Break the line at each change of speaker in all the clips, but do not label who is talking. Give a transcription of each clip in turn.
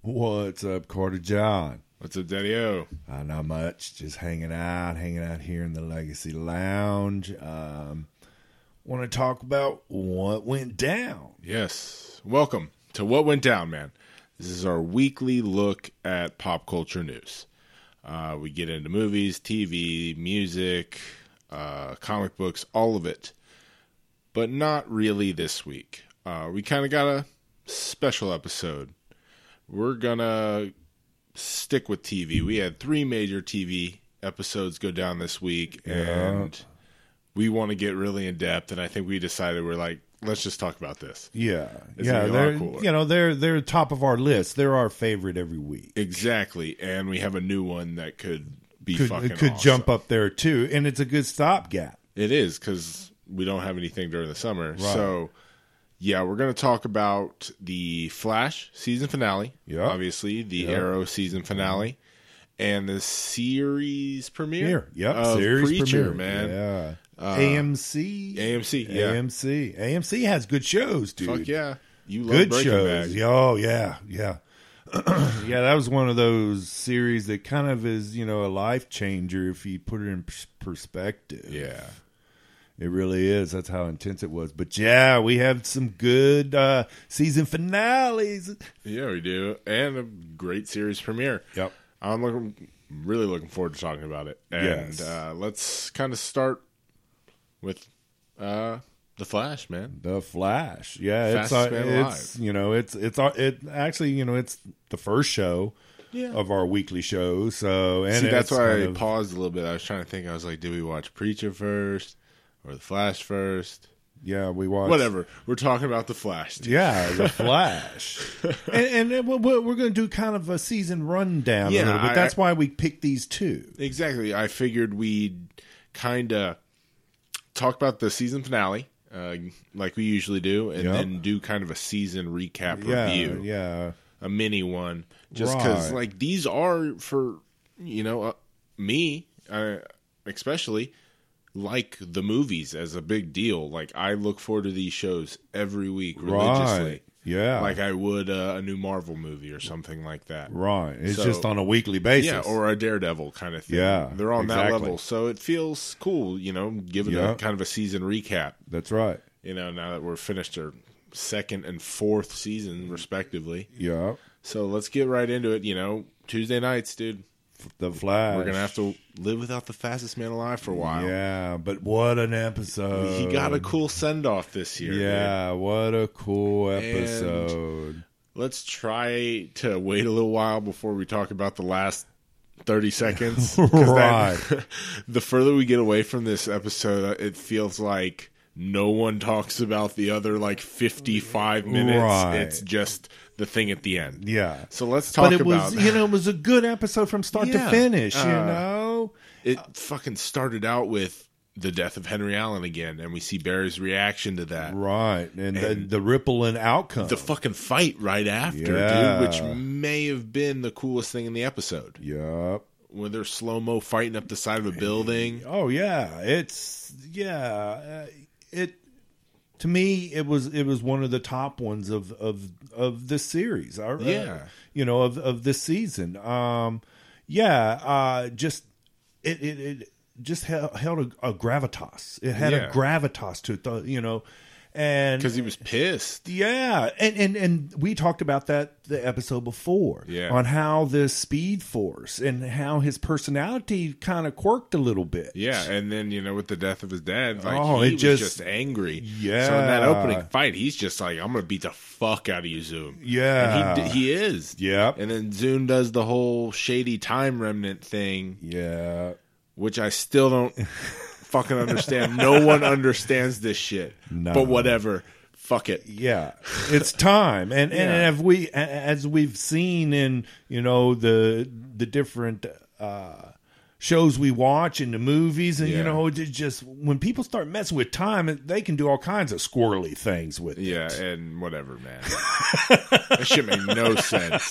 What's up, Carter John?
What's up, Daddy O?
Uh, not much. Just hanging out, hanging out here in the Legacy Lounge. Um, Want to talk about what went down?
Yes. Welcome to What Went Down, man. This is our weekly look at pop culture news. Uh, we get into movies, TV, music, uh, comic books, all of it, but not really this week. Uh, we kind of got a special episode. We're going to stick with TV. We had three major TV episodes go down this week, and we want to get really in depth. And I think we decided we're like, let's just talk about this.
Yeah,
It's gonna be a
yeah.
lot
They're
cooler.
you know they're they're top of our list. They're our favorite every week.
Exactly, and we have a new one that could be
Could
fucking.
could
awesome.
jump up there too, and it's a good stopgap.
It is because we don't have anything during the summer, so yeah, we're going to talk about the Flash season finale.
Yeah.
obviously the Arrow season finale, and the series premiere.
Here, yep.
of
series
Preacher,
premiere.
man. Uh,
Yeah. AMC.
AMC, yeah,
AMC. AMC has good shows, dude.
fuck yeah, you love
good
Breaking
shows.
Bad.
Yeah, Oh yeah, yeah, yeah. That was one of those series that kind of is you know a life changer if you put it in pers- perspective.
yeah.
it really is. That's how intense it was. But yeah, we have some good uh season finales.
Yeah, we do, and a great series premiere.
Yep.
I'm looking, really looking forward to talking about it. And
Yes.
uh, let's kind of start with uh, the Flash, man.
The Flash. Yeah,
Fastest
it's uh,
man
it's you know it's it's uh, it actually you know it's the first show.
Yeah.
Of our weekly show, so and
See, that's
it's
why
kind
I
of-
paused a little bit. I was trying to think. I was like, did we watch Preacher first or the Flash first?
yeah we watched
Whatever. We're talking about the Flash. dude.
Yeah, the Flash. and and then we're- we're, we're going to do kind of a season rundown
Yeah,
a little bit.
I-
That's why we picked these two.
Exactly. I figured we'd kind of talk about the season finale. Uh, like we usually do, and
Yep.
then do kind of a season recap
Yeah,
review.
yeah,
a mini one just because
Right.
like these are for you know uh, me uh, especially like the movies as a big deal like i look forward to these shows every week
right.
religiously
Yeah,
like i would uh, a new marvel movie or something like that
right. It's
So-
just on a weekly basis.
yeah or a daredevil kind of thing
Yeah,
they're on that
exactly.
level so it feels cool you know given
Yeah.
a kind of a season recap
that's right.
you know now that we're finished our second and fourth season respectively
Yeah,
so let's get right into it. You know, Tuesday nights, dude.
the Flash.
We're gonna have to live without the fastest man alive for a while.
Yeah, but what an episode!
He got a cool send off this year. dude.
Yeah, what a cool episode.
Let's try to wait a little while before we talk about the last thirty seconds. 'Cause that- the further we get away from this episode, uh, it feels like no one talks about the other like fifty five minutes.
Right.
It's just the thing at the end.
Yeah,
So let's talk
but it
about
was you know it was a good episode from start
Yeah.
to finish. you
Uh,
know,
it fucking started out with the death of Henry Allen again, and we see Barry's reaction to that.
right? And, the, the rippling outcome.
The fucking fight right after,
Yeah.
dude, which may have been the coolest thing in the episode.
Yep.
When they're slow mo fighting up the side of a building.
Oh yeah, it's yeah. uh, It to me it was it was one of the top ones of of of this series. Or, uh,
Yeah.
you know of of this season. Um, yeah, uh, just it it. it just held, held a, a gravitas. It had
Yeah.
a gravitas to it, though, you know, and
Because he was pissed.
yeah, and and and we talked about that the episode before.
Yeah.
on how this Speed Force and how his personality kind of quirked a little bit.
Yeah, and then, you know, with the death of his dad, like,
Oh,
he
it
was just,
just-
angry.
Yeah.
So in that opening fight, he's just like, I'm going to beat the fuck out of you, Zoom.
yeah,
And he, d- he is.
Yep.
And then Zoom does the whole shady time remnant thing.
yeah.
which I still don't fucking understand. no one understands this shit.
No.
But whatever. Fuck it.
yeah it's time and and
Yeah.
have we a- as we've seen in you know the the different uh shows we watch and the movies and
Yeah.
you know it just when people start messing with time they can do all kinds of squirrely things with
Yeah,
it
and whatever, man. that shit made no sense.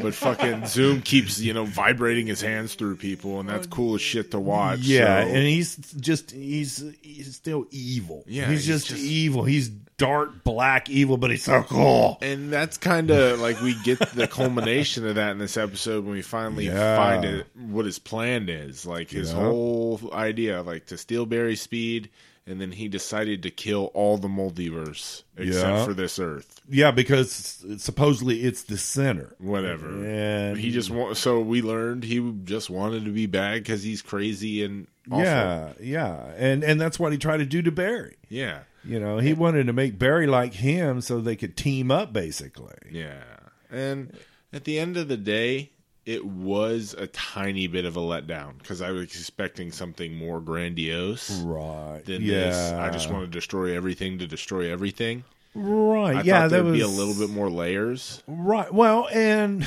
But fucking Zoom keeps, you know, vibrating his hands through people, and that's cool as shit to watch.
yeah
so-
and he's just he's he's still evil
Yeah,
he's,
he's
just,
just-
evil he's dark black evil but he's so cool
and that's kind of like we get the culmination of that in this episode when we finally
Yeah.
find it what his plan is like his
Yeah.
whole idea like to steal barry's speed and then he decided to kill all the multiverse except
Yeah.
for this earth
yeah because supposedly it's the center
whatever
and
he just wa- so we learned he just wanted to be bad because he's crazy and awful.
Yeah, yeah, and and that's what he tried to do to Barry.
yeah
You know, he wanted to make Barry like him so they could team up, basically.
Yeah. And at the end of the day, it was a tiny bit of a letdown because I was expecting something more grandiose
Right.
than
yeah.
this. I just want to destroy everything to destroy everything.
Right.
I
yeah.
thought
That
there'd
was Oh.
be a little bit more layers.
Right. Well, and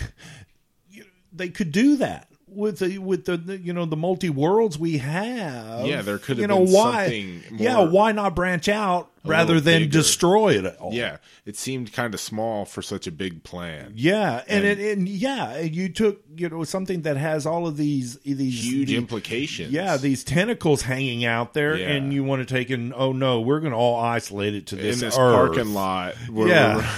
you know, they could do that with the with the, the you know the multi worlds we have.
Yeah, there could have
you know
been
why.
something
yeah.
more-
Why not branch out rather
little
than
bigger.
destroy it all?
Yeah, it seemed kind of small for such a big plan.
Yeah, and, it, and yeah, you took you know something that has all of these these
Huge
the-
implications.
Yeah, these tentacles hanging out there,
Yeah.
and you want to take and oh no, we're going to all isolate it to
in
this,
this
earth.
parking lot. Where
Yeah,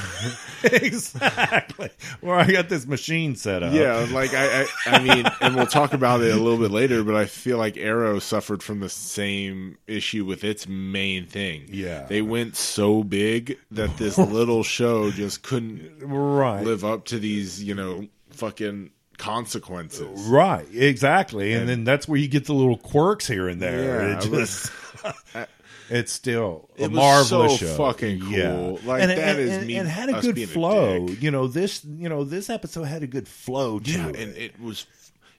exactly. Where I got this machine set up.
Yeah, like I, I, I mean, and we'll talk about it a little bit later. But I feel like Arrow suffered from the same issue with its main thing.
Yeah.
they went so big that this little show just couldn't
right,
live up to these, you know, fucking consequences.
right, exactly. And, then that's where you get the little quirks here and there.
Yeah,
it
I was-
just. It's still a
It was
marvelous
so
show.
fucking cool. Like,
and,
that
and,
is
and,
me-
and had a
us
good
being a
flow.
dick.
you know this. You know this episode had a good flow to
Yeah,
it.
and it was,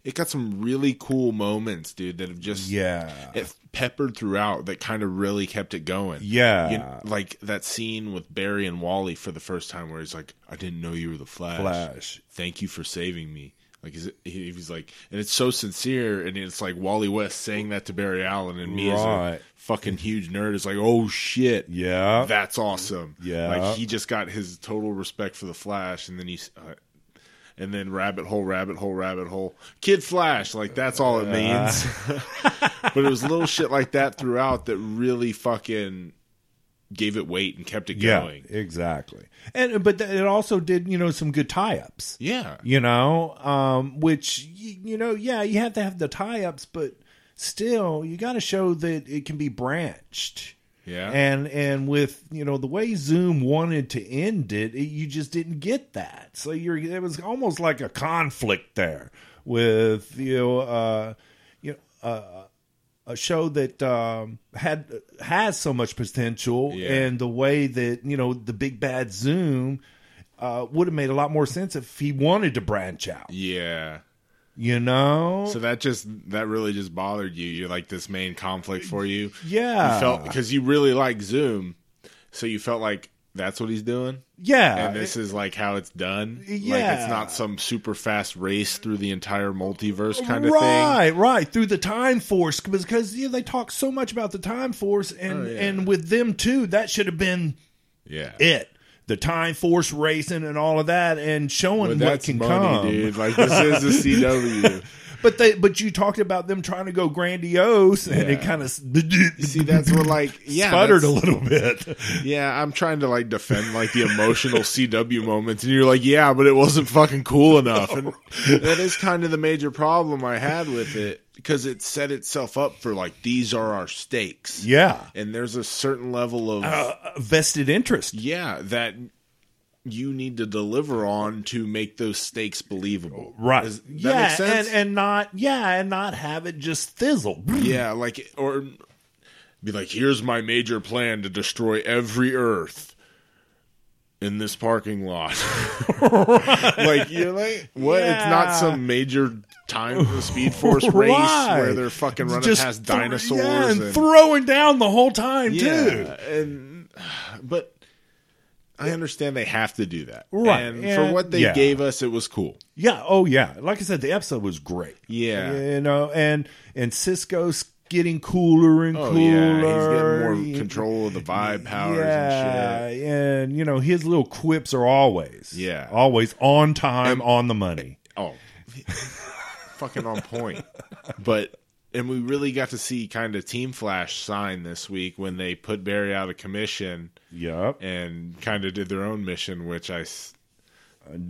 it got some really cool moments, dude. That have just
yeah,
it peppered throughout that kind of really kept it going.
yeah.
You- like that scene with Barry and Wally for the first time, where he's like, "I didn't know you were the Flash.
Flash.
Thank you for saving me." Like is it, he, he was like, and it's so sincere, and it's like Wally West saying that to Barry Allen, and me as a
Right.
fucking huge nerd is like, "Oh shit,
Yeah.
that's awesome."
Yeah.
like he just got his total respect for the Flash, and then he. Uh, and then rabbit hole, rabbit hole, rabbit hole. Kid Flash, like that's all it means. but it was little shit like that throughout that really fucking gave it weight and kept it going.
Yeah, exactly. And but th- it also did, you know, some good tie-ups.
Yeah.
You know, um, which y- you know, yeah, you have to have the tie-ups, but still, you got to show that it can be branched.
Yeah.
And and with you know the way Zoom wanted to end it, it you just didn't get that. So you're it was almost like a conflict there with you know uh, you know, uh, a show that um, had has so much potential,
Yeah.
and the way that you know the big bad Zoom uh, would have made a lot more sense if he wanted to branch out.
yeah.
You know,
So that just that really just bothered you. You're like this main conflict for you.
yeah,
You felt cuz you really like Zoom. So you felt like that's what he's doing
yeah,
and this is like how it's done. Like
Yeah.
it's not some super fast race through the entire multiverse kind of thing.
right, right, through the time force because you know, they talk so much about the time force, and
Oh, yeah.
and with them too, that should have been
Yeah.
it. The time force racing and all of that, and
But
showing what
that's
can
money,
come.
dude. Like this is a CW.
But they, but you talked about them trying to go grandiose, and it
Yeah.
kind of
See, that's what like yeah,
sputtered
that's-
a little bit.
Yeah, I'm trying to like defend like the emotional CW moments, and you're like, yeah, but it wasn't fucking cool enough. And that is kind of the major problem I had with it because it set itself up for like these are our stakes.
yeah,
and there's a certain level of
uh, vested interest.
yeah that you need to deliver on to make those stakes believable. Does that
yeah,
make sense?
and and not yeah, and not have it just fizzle.
yeah, like or be like, here's my major plan to destroy every Earth in this parking lot. like you're like, what? It's not
Yeah.
some major time for the Speed Force race
Right.
where they're fucking running
Just
past
thro-
dinosaurs
yeah, and,
and,
throwing down the whole time too.
yeah, and but I understand they have to do that,
Right,
And, for
and-
what they
yeah.
gave us, it was cool.
Yeah, oh yeah. Like I said, the episode was great.
Yeah.
you know, and and Cisco's getting cooler and
Oh
cooler.
yeah, he's getting more
He-
control of the vibe powers
yeah,
and shit.
and you know his little quips are always,
Yeah.
always on time, on the money.
Oh, fucking on point. But and we really got to see kind of Team Flash sign this week when they put Barry out of commission
Yep.
and kind of did their own mission, which I. s-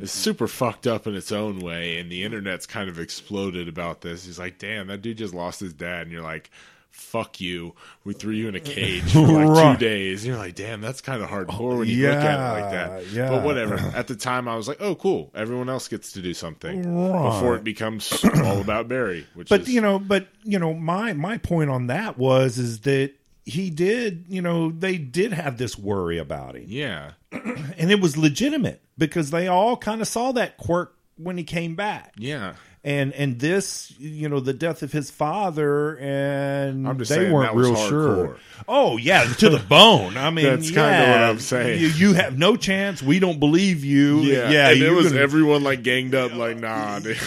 is super fucked up in its own way, and the internet's kind of exploded about this. He's like, "Damn, that dude just lost his dad," and you're like, "Fuck you! We threw you in a cage for like
Right. Oh,
two days." And you're like, "Damn, that's kind of hardcore when you look at
yeah,
it like that."
yeah.
But whatever. At the time, I was like, "Oh, cool! Everyone else gets to do something
Right.
before it becomes all about Barry." Which,
but
is,
you know but you know my my point on that was is that he did you know they did have this worry about him
yeah,
and it was legitimate because they all kind of saw that quirk when he came back
yeah.
and and this you know the death of his father and
I'm just
they
saying
weren't
that was
real
hardcore.
sure oh yeah to the bone i mean
That's
yeah,
kinda what I'm saying.
you, you have no chance we don't believe you
Yeah,
yeah
and it
you're
was
gonna-
everyone like ganged up, like nah, dude.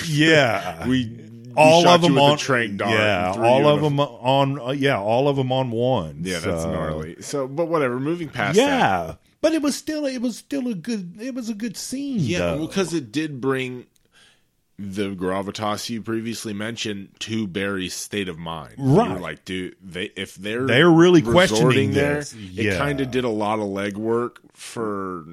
yeah
we
all
shot
of them
you with
on
a train dart.
Yeah,
and threw
all
you
of
in a-
them on. Uh, yeah, all of them on one.
Yeah, that's
so-
gnarly. So, but whatever. Moving past
Yeah,
that.
but it was still it was still a good it was a good scene.
Yeah,
though.
well, because it did bring the gravitas you previously mentioned to Barry's state of mind. You were
Right.
like, dude, they if they're
They're really
resorting
questioning
there,
this.
it
Yeah.
kind of did a lot of legwork for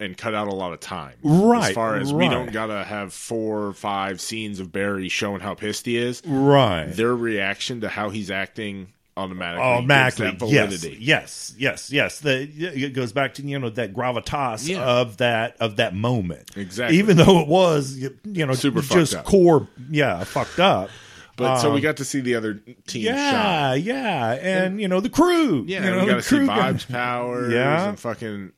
and cut out a lot of time. as
Right,
far as we
right.
don't gotta have four or five scenes of Barry showing how pissed he is.
right.
Their reaction to how he's acting automatically
Oh,
gives
Mackley.
that
Yes,
validity.
yes, yes, yes. The, it goes back to you know that gravitas
Yeah.
of that of that moment.
Exactly.
Even though it was you you know
Super fucked
just
up.
core yeah fucked up.
But so we got to see the other team shine.
Um, Yeah, yeah, and you know the crew.
Yeah,
you
you,
know, the
gotta see
crew got-
Bob's powers
Yeah.
and fucking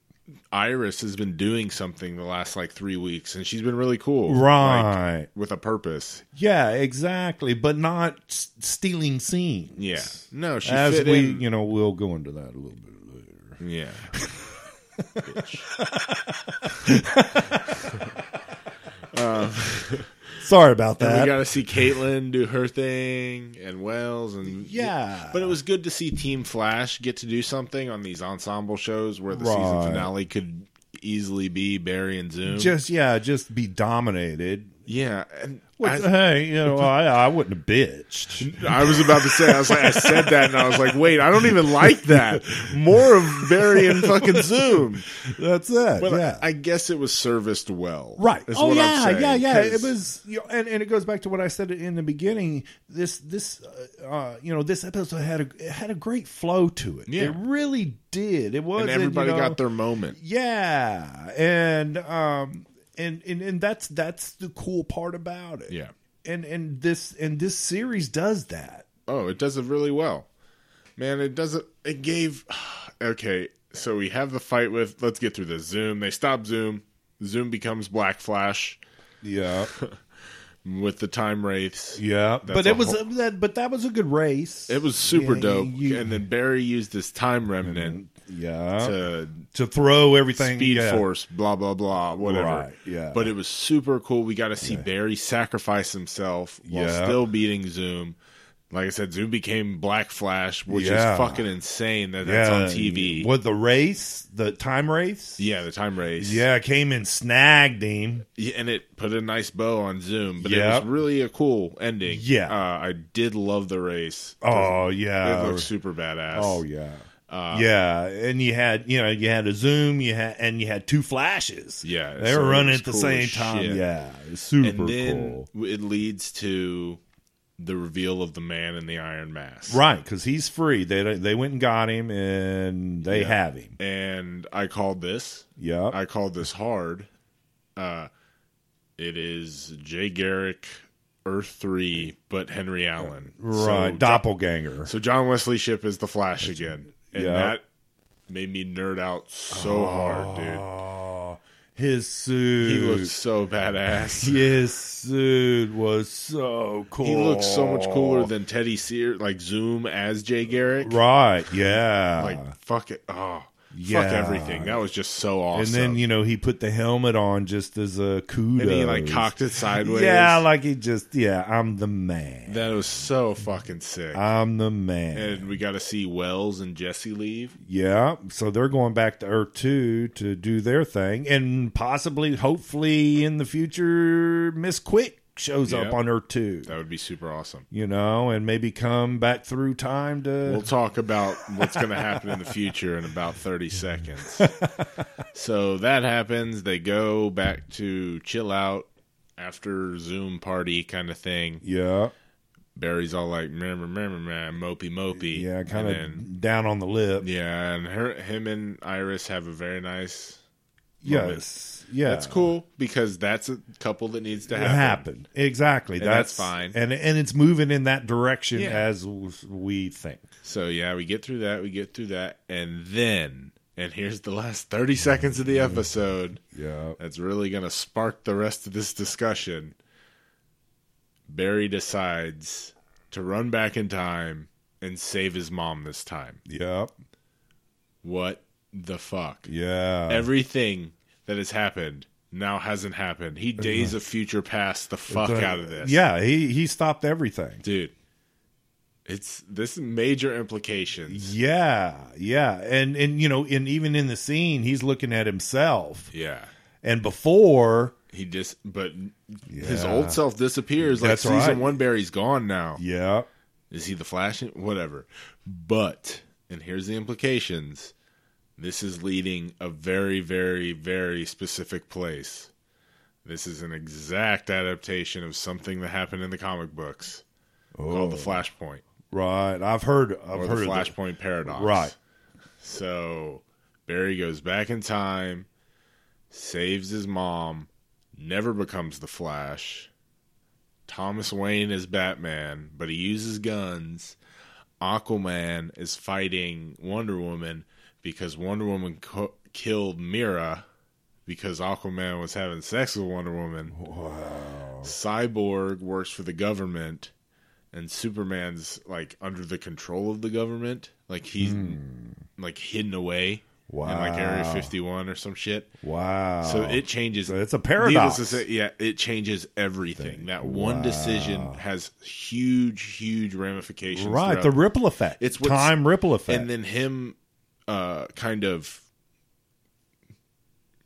Iris has been doing something the last like three weeks and she's been really cool. Like,
Right.
with a purpose.
Yeah, exactly, but not s- stealing scenes.
Yeah. No, she
as
fit
we,
in.
you know, we'll go into that a little bit later.
Yeah. Bitch.
Sorry about
And
that.
we gotta see Caitlyn do her thing and Wells and
Yeah.
But it was good to see Team Flash get to do something on these ensemble shows where the season
Right.
finale could easily be Barry and Zoom.
just yeah, just be dominated.
yeah. And
Which,
I-
hey, you know, I, I wouldn't have bitched.
I was about to say, I was like, I said that, and I was like, wait, I don't even like that. More of Barry and fucking Zoom.
That's it.
But
yeah.
I, I guess it was serviced well,
Right.
is
oh
what I'm
yeah,
saying,
yeah, yeah.
'cause-
It was, you know, and and it goes back to what I said in the beginning. This this uh, uh, you know this episode had a it had a great flow to it.
Yeah.
It really did. It was
and everybody
you know,
got their moment.
Yeah, and um, and and and that's that's the cool part about it.
Yeah.
and and this and this series does that.
Oh, it does it really well, man. It does it. It gave. Okay, so we have the fight with. Let's get through this. Zoom. They stop Zoom. Zoom becomes Black Flash
Yeah,
with the time wraiths.
yeah. but
a
it was
whole-
a, that. But that was a good race.
It was super
Yeah,
dope.
you-
and then Barry used his time remnant
yeah to,
to
throw everything.
Speed
yeah.
Force, blah blah blah, whatever.
Right, yeah.
But it was super cool. We got to see Barry sacrifice himself while
Yeah.
still beating Zoom. Like I said, Zoom became Black Flash, which
Yeah.
is fucking insane that that's
Yeah,
on TV.
What the race, the time race?
Yeah, the time race.
Yeah, came and snagged him.
Yeah, and it put a nice bow on Zoom, but it
Yep.
was really a cool ending.
Yeah.
uh, I did love the race.
Oh
it Uh,
yeah,
looked super badass.
oh yeah, yeah. And you had you know you had a zoom, you had and you had two flashes.
Yeah,
they
so
were
it
running
was
at the
cool
same
as
time.
shit.
Yeah, it's super
and then
cool.
it leads to the reveal of the man in the iron mask.
Right, because he's free. They they went and got him, and they have him.
and I called this.
Yeah,
I called this hard. Uh, it is Jay Garrick, Earth Three, but Henry Allen.
right.
So,
Doppelganger.
so John Wesley Ship is the Flash again, and
Yeah.
that made me nerd out so hard, dude.
Oh, His suit.
He looked so badass.
His suit was so cool.
He looked so much cooler than Teddy Sears, like Zoom as Jay Garrick.
Right. Yeah.
Like fuck it, oh
Yeah.
fuck everything. That was just so
and
awesome.
then you know he put the helmet on just as a kudos.
And he like cocked it sideways.
Yeah, like he just yeah. I'm the man.
that was so fucking sick.
I'm the man.
and we got to see Wells and Jesse leave.
Yeah, so they're going back to Earth 2 to do their thing, and possibly, hopefully, in the future, Miss Quick shows up
Yep.
on Earth 2,
That would be super awesome.
you know, and maybe come back through time to.
We'll talk about what's going to happen in the future in about 30 seconds. so that happens. They go back to chill out after Zoom party kind of thing.
yeah,
Barry's all like, remember, remember, man, mopey, mopey.
yeah,
And
kind
then-
of down on the lip.
Yeah, and her, him and Iris have a very nice.
yes, yeah,
That's cool because that's a couple that needs to
It
happen.
happened exactly.
that's fine.
and and it's moving in that direction
Yeah.
as we think.
So yeah, we get through that, we get through that, and then, and here's the last 30 seconds of the episode.
Yeah,
that's really going to spark the rest of this discussion. Barry decides to run back in time and save his mom this time.
yeah,
What the fuck?
yeah.
Everything that has happened now hasn't happened. He days of future past the fuck out of this.
Yeah, he he stopped everything.
Dude. It's this is major implications.
Yeah, yeah, and and you know, and even in the scene, he's looking at himself.
Yeah.
And before,
He just but his
Yeah.
old self disappears like
That's
season
right.
1 Barry's gone now.
yeah,
Is he the Flash? Whatever. But, and here's the implications this is leading a very, very, very specific place. This is an exact adaptation of something that happened in the comic books
Oh.
called the Flashpoint
right. I've heard, I've
or the
heard of that.
Flashpoint Paradox.
Right.
So, Barry goes back in time, saves his mom, never becomes the Flash. Thomas Wayne is Batman, but he uses guns. Aquaman is fighting Wonder Woman because Wonder Woman co- killed Mira because Aquaman was having sex with Wonder Woman.
Wow.
Cyborg works for the government, and Superman's like under the control of the government. Like he's like hidden away in like Area
Hmm. Wow.
51 or some shit.
Wow.
So it changes.
So it's a
Needless
paradox.
to say, yeah, it changes everything. That one decision has huge, huge ramifications.
right, the
throughout.
ripple effect.
It's what's-
time ripple effect.
and then him, uh, kind of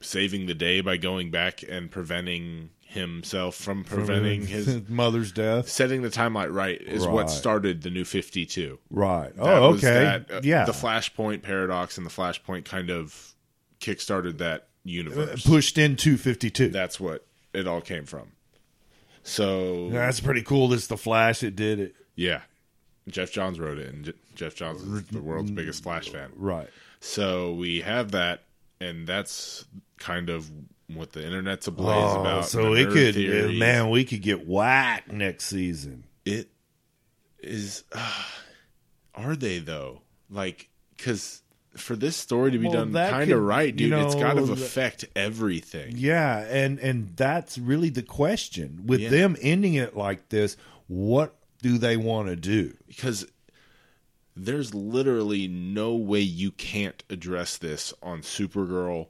saving the day by going back and preventing himself from preventing his
mother's death.
setting the timeline right is
Right.
what started the new 52
Right.
That
oh,
was
okay.
that, uh,
yeah.
the flashpoint paradox and the flashpoint kind of kickstarted that universe
Pushed into fifty-two.
that's what it all came from so
That's pretty cool. It's the Flash that did it.
yeah jeff johns wrote it and Je- jeff johns is the world's biggest flash fan
Right.
so we have that and that's kind of what the internet's ablaze
Oh,
about
so
the
it
nerd
could,
theories.
man, we could get whacked next season.
it is uh, are they though like because for this story to be
Well,
done
that
kind of
could-
right dude
you
it's got to
know, that-
affect everything
Yeah, and and that's really the question. With
Yeah.
them ending it like this, what do they want to do?
because there's literally no way you can't address this on supergirl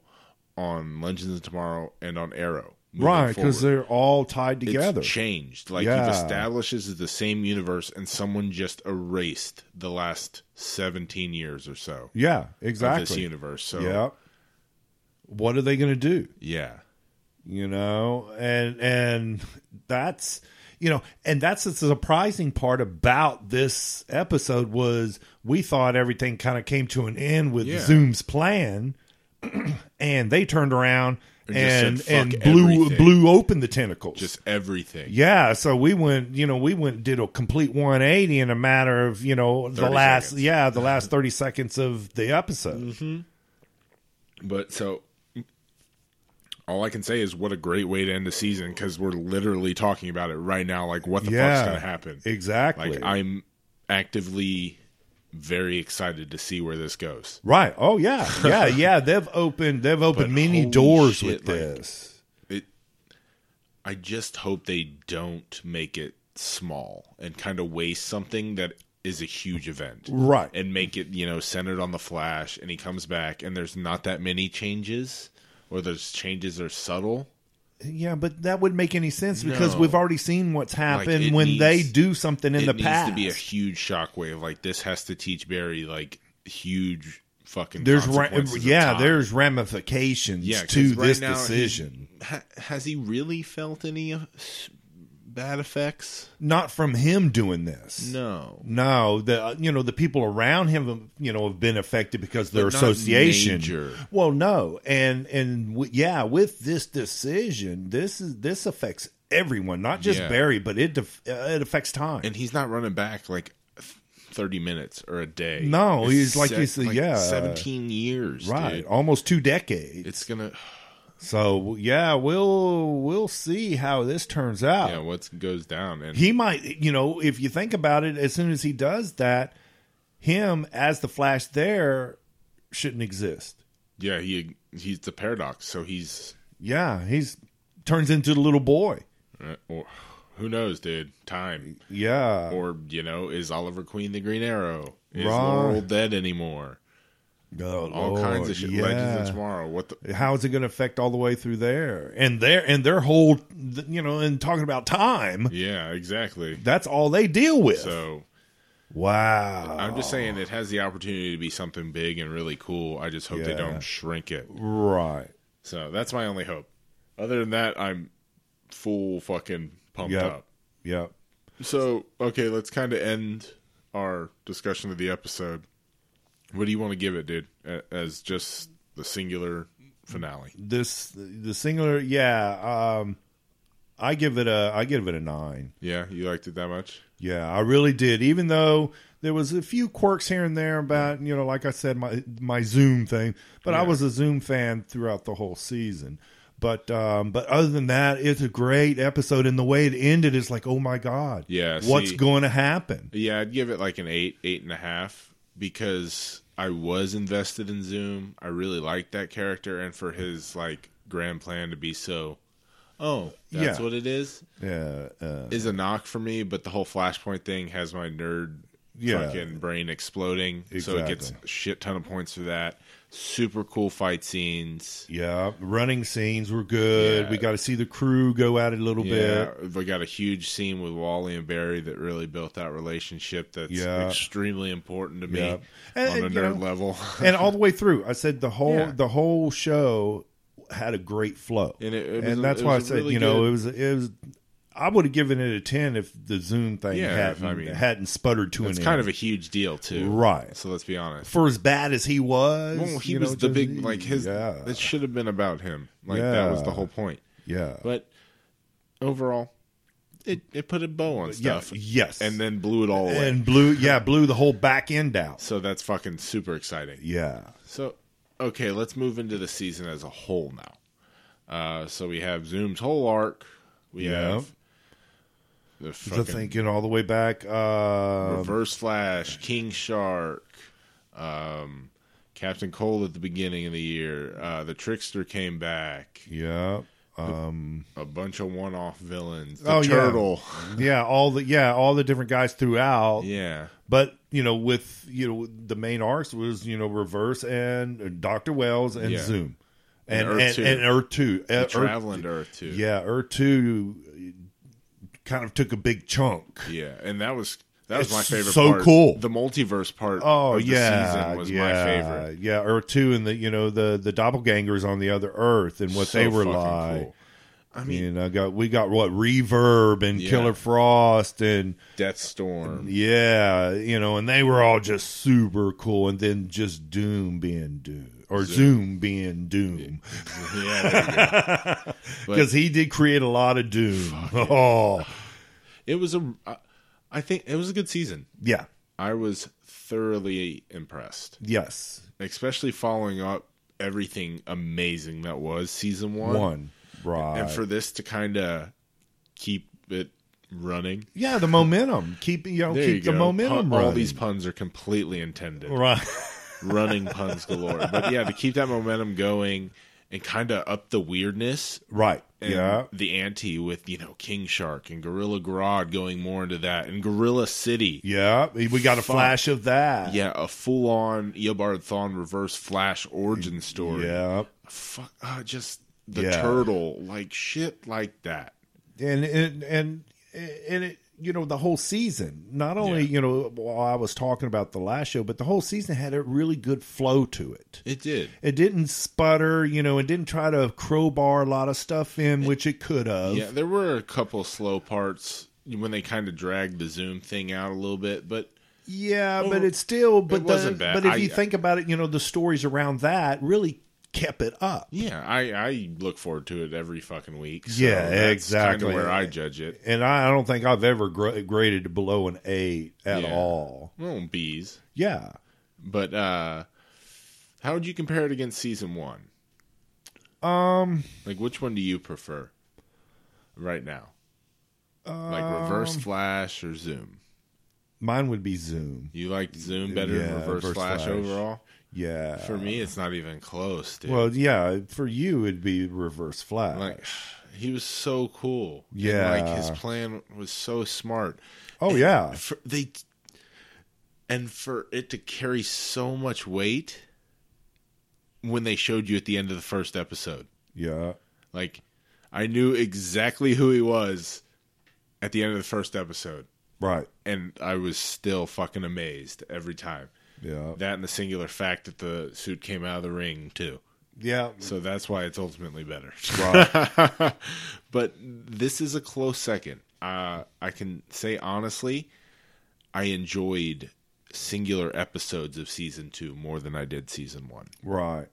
on legends of tomorrow and on arrow moving
Right, because
forward.
they're all tied together.
it's changed like
Yeah.
you've established this is the same universe and someone just erased the last 17 years or so
yeah,
of this
exactly.
universe so
Yeah. What are they going to do?
yeah
you know and and that's you know and that's the surprising part about this episode was we thought everything kind of came to an end with
Yeah.
zoom's plan and they turned around
just said,
and
"Fuck
and blew
everything."
blew open the tentacles
just everything.
yeah so we went you know we went and did a complete 180 in a matter of you know the
30
last
seconds. Mm-hmm.
yeah the last 30 seconds of the episode
But so all I can say is what a great way to end the season because we're literally talking about it right now. Like what the
yeah
fuck's gonna happen?
exactly
Like I'm actively very excited to see where this goes.
Right. Oh yeah. Yeah. Yeah. They've opened. They've opened many
holy
doors
shit,
with
like-
this.
I just hope they don't make it small and kind of waste something that is a huge event.
Right.
And make it, you know, centered on the Flash and he comes back and there's not that many changes or there's changes that are subtle.
Yeah, but that wouldn't make any sense because
No.
we've already seen what's happened
it
when
needs-
they do something in
it
the
needs
past.
to be a huge shockwave. Like this has to teach Barry like huge fucking
there's ra-
consequences of
yeah,
time.
there's ramifications
Yeah, 'cause
to
right
this
now he-
decision.
ha- has he really felt any uh, s- bad effects?
Not from him doing this.
No.
No, the uh, you know the people around him you know have been affected because of their
But not
association.
major.
Well, no, and and w- yeah, with this decision, this is this affects everyone, not just
Yeah.
Barry, but it def- uh, it affects time.
and he's not running back like th- 30 minutes or a day.
No,
It's
he's like- he's, yeah.
17 years,
right,
right?
almost two decades.
It's gonna
so yeah, we'll we'll see how this turns out.
yeah, what goes down and
Uh, he might you know if you think about it as soon as he does that him as the flash there shouldn't exist
yeah, he he's the paradox. So he's
yeah he's turns into the little boy
uh, or who knows, dude? Time
yeah
or you know, is Oliver Queen the Green Arrow? Is
Right.
Laurel dead anymore?
Oh,
All kinds
Lord,
of shit.
yeah.
Legends of tomorrow. What the
how is it going to affect all the way through there and their and their whole you know and talking about time
Yeah, exactly.
that's all they deal with
So
wow
I'm just saying it has the opportunity to be something big and really cool. I just hope they
Yeah.
don't shrink it.
right
So that's my only hope. Other than that, I'm full fucking pumped
yep
up.
yep
So, okay, let's kind of end our discussion of the episode. What do you want to give it, dude, a- as just the singular finale?
this the singular yeah um i give it a i give it a nine
Yeah, you liked it that much?
Yeah, I really did. Even though there was a few quirks here and there about you know, like I said, my my Zoom thing, but I was a Zoom fan throughout the whole season. But um, but other than that, it's a great episode, and the way it ended is like, oh my god,
Yeah,
what's
see-
going to happen?
Yeah, I'd give it like an eight, eight and a half, because I was invested in Zoom. I really liked that character, and for his like grand plan to be so, oh, that's
Yeah.
what it is.
Yeah, uh,
is a knock for me, but the whole Flashpoint thing has my nerd
Yeah.
fucking brain exploding. So it gets a shit ton of points for that. Super cool fight scenes.
yeah. Running scenes were good.
Yeah.
We got to see the crew go at it a little
Yeah,
bit.
we got a huge scene with Wally and Barry that really built that relationship. That's
Yeah.
extremely important to me
Yeah. And-
on a
and,
nerd
you know,
level.
and all the way through, I said the whole
Yeah.
the whole show had a great flow,
And it- it was a-
and that's
it
why I
was a
said
really
you know
good-
it was it was. I would have given it a ten if the Zoom thing
Yeah,
hadn't
I mean,
hadn't sputtered to
it's
an
kind
end.
of a huge deal too,
Right.
So let's be honest.
For as bad as he was,
Well, he
you
was
know,
the
just-
big like his.
yeah,
It should have been about him. Like that was
Yeah.
the whole point.
yeah,
But overall, it it put a bow on
yeah,
stuff.
yes,
and then blew it all away.
and blew yeah blew the whole back end out.
so that's fucking super exciting.
Yeah,
So, okay, let's move into the season as a whole now. Uh, so we have Zoom's whole arc. We
Yeah.
have the
so
fucking
thinking all the way back. Uh,
Reverse Flash, King Shark, um, Captain Cold at the beginning of the year. Uh, the Trickster came back.
yeah, um,
A bunch of one-off villains. The
Oh, yeah.
Turtle.
yeah, all the yeah all the different guys throughout.
Yeah.
But you know, with you know the main arcs was you know Reverse and uh, Doctor Wells and
Yeah.
Zoom,
And
and
Earth
and Earth
2.
and, Earth Two, Uh, Earth-
Traveling to Earth too.
yeah, Earth Two kind of took a big chunk.
Yeah, and that was that was
It's
my favorite.
so
part.
cool.
The multiverse part.
Oh
of the
yeah,
season was
yeah,
my favorite.
Yeah, Earth Two and the you know the the doppelgangers on the other Earth and what
So
they were
fucking
like.
cool. I mean,
You know, got we got what Reverb and
Yeah.
Killer Frost and
Death Storm.
Yeah, you know, and they were all just super cool, and then just Doom being Doom or Zoom, being Doom
Yeah, there you go. But-
because he did create a lot of Doom. Oh,
it was a. I- I think it was a good season.
yeah,
I was thoroughly impressed,
yes,
especially following up everything amazing that was season one,
one, right,
and for this to kind of keep it running.
Yeah, the momentum. Keep you know
There
keep
you
the
go.
momentum
Pun-
running.
All these puns are completely intended.
right.
Running puns galore. But yeah, to keep that momentum going and kind of up the weirdness
Right.
and
yeah.
the ante with you know King Shark and Gorilla Grodd going more into that and Gorilla City.
Yeah. We got a flash of that.
Yeah, a full on Eobard Thawne reverse Flash origin story.
Yeah.
fuck, uh, just the
Yeah.
turtle, like shit, like that.
and and and and it you know the whole season not only
Yeah.
you know while i was talking about the last show but the whole season had a really good flow to it
It did.
it didn't sputter you know it didn't try to crowbar a lot of stuff in which it could have
Yeah, there were a couple slow parts when they kind of dragged the Zoom thing out a little bit, but
Yeah, but
Well,
it's still but the-
wasn't bad.
but if
I-
you think about it you know the stories around that really kept it up
yeah, I I look forward to it every fucking week. so
Yeah,
that's kinda
exactly.
Where I judge it.
and i, I don't think i've ever gra- graded below an eight at
Yeah.
all
Well, bees,
yeah
but uh how would you compare it against season one?
um
Like, which one do you prefer right now? Like
Um,
Reverse Flash or Zoom?
mine would be zoom
You liked Zoom better
Yeah,
than Reverse,
Reverse
Flash,
Flash.
overall?
yeah
For me, it's not even close, dude.
Well, yeah, for you it'd be reverse flash.
like he was so cool. And, like his
Yeah.
plan was so smart.
oh yeah,
For, they and for it to carry so much weight when they showed you at the end of the first episode.
yeah,
Like I knew exactly who he was at the end of the first episode
right,
and I was still fucking amazed every time.
yeah,
That and the singular fact that the suit came out of the ring too.
yeah,
So that's why it's ultimately better.
right,
but this is a close second. Uh, I can say honestly, I enjoyed singular episodes of season two more than I did season one.
right,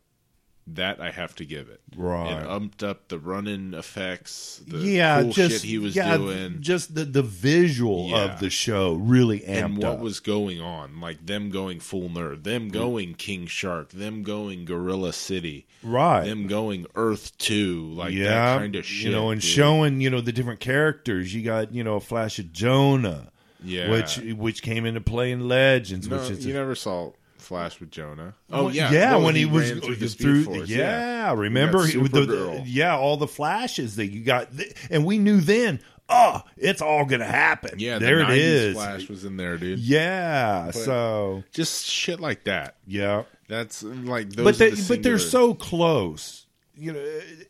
That I have to give it.
Right.
It umped up the running effects, uh, the
yeah.
cool shit
just
he was
yeah,
doing,
just the the visual
Yeah.
of the show really amped
and what
up. Mm.
was going on. Like them going full nerd, them going King Shark, them going Gorilla City,
right.
them going Earth 2, like
yeah,
that kind of shit.
you know, and
dude.
showing you know the different characters. You got you know a flash of Jonah,
Yeah.
which which came into play in Legends,
No,
which is
you
a-
never saw Flash with Jonah. Oh
Well,
yeah,
yeah.
well,
when he, was
ran
through,
the Speed Force,
yeah, Remember,
got
he- with the-
Supergirl.
yeah, all the flashes that you got, th- and we knew then. Oh, it's all gonna happen.
yeah, the
there it
90s
is.
Flash was in there, dude.
Yeah. so
Just shit like that.
yeah,
That's like those.
but
are
they,
the
but they're
singular-
so close. You know. It,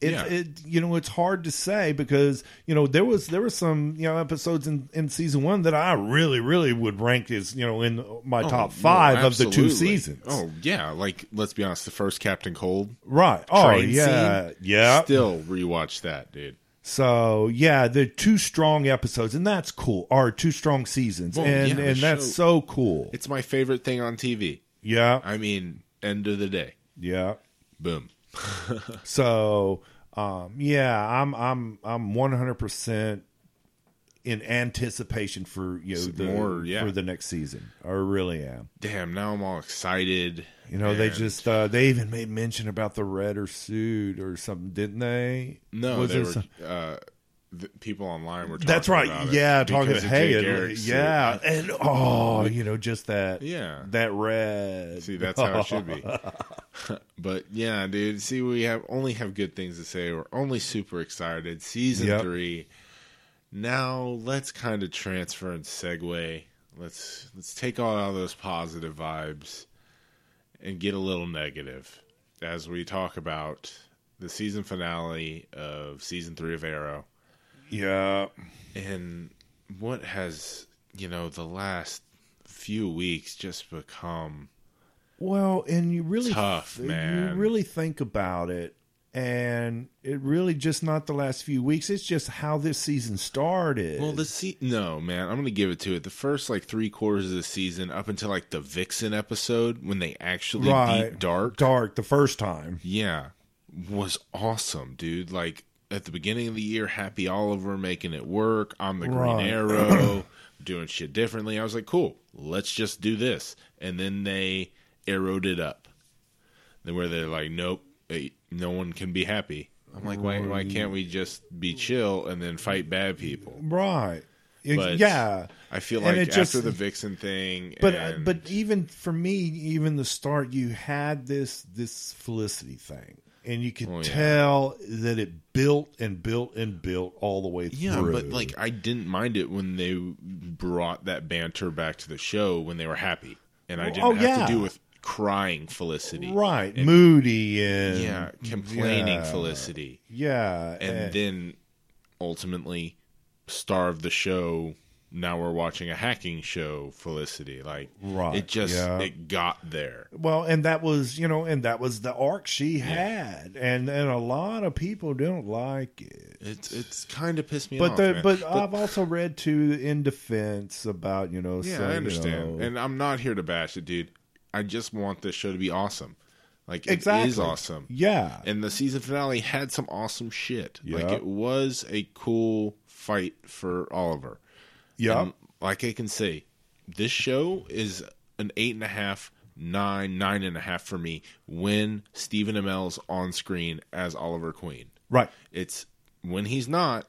it,
Yeah.
it you know it's hard to say because you know there was there were some you know episodes in, in season one that I really really would rank as you know in my
Oh, no,
top five of the two
absolutely.
seasons
Oh yeah, like let's be honest, the first Captain Cold.
right oh
train
yeah
scene,
yeah
Still rewatch that, dude.
So yeah, they're two strong episodes, and that's cool. Or two strong seasons,
Well,
and
yeah,
and that's so cool.
It's my favorite thing on TV.
yeah,
I mean, end of the day,
yeah.
boom.
So um, yeah, I'm I'm I'm 100 percent in anticipation for you know, the,
more, yeah.
for the next season. I really am.
Damn, now I'm all excited.
You know, they
And-
just uh, they even made mention about the redder suit or something, didn't they?
No,
Was
they
there
were.
some-
Uh, the people online were. Talking
That's right.
about it
Yeah, talking about
because of
hey,
Jake
it-
Eric's suit.
yeah, and oh, you know, just that,
Yeah.
that red. Oh,
See, that's how it should be. but yeah, dude. See, we have only have good things to say. We're only super excited. Season
Yep.
three. Now let's kind of transfer and segue. Let's let's take all of those positive vibes and get a little negative as we talk about the season finale of season three of Arrow.
Yeah,
and what has you know the last few weeks just become
well, and you really
Tough, man.
You really think about it, and it really just not the last few weeks. It's just how this season started.
well the se- no man i'm gonna give it to it the first like three quarters of the season up until like the vixen episode when they actually
Right.
beat dark
dark the first time.
yeah was awesome dude like at the beginning of the year happy oliver making it work i'm the
Right.
green arrow doing shit differently i was like cool let's just do this and then they arrowed it up then where they're like nope eh, no one can be happy I'm like, why why can't we just be chill and then fight bad people?
right. It-
But
yeah.
I feel
And
like
it
after
just-
the Vixen thing,
But uh,
and,
but even for me, even the start, you had this this Felicity thing, and you could
Oh, yeah.
tell that it built and built and built all the way
yeah,
through.
but like I didn't mind it when they brought that banter back to the show when they were happy, and I didn't
oh,
have
yeah.
to do with crying Felicity,
right,
And,
moody and
yeah, complaining
yeah,
Felicity,
Yeah,
and then ultimately starve the show. Now we're watching a hacking show, Felicity. Like
Right,
it just
yeah.
it got there.
Well, and that was you know, and that was the arc she had, and and a lot of people don't like it.
It's it's kind of pissed me
But
off.
the
man.
but, I've also read too in defense about you know
yeah,
so,
I
you
understand,
know,
and I'm not here to bash it, dude. I just want this show to be awesome. Like it is
exactly
awesome.
Yeah,
And the season finale had some awesome shit. Like
Yeah.
it was a cool fight for Oliver.
yeah,
And like I can say, this show is an eight and a half, nine, nine and a half for me when Stephen Amell's on screen as Oliver Queen.
right.
It's when he's not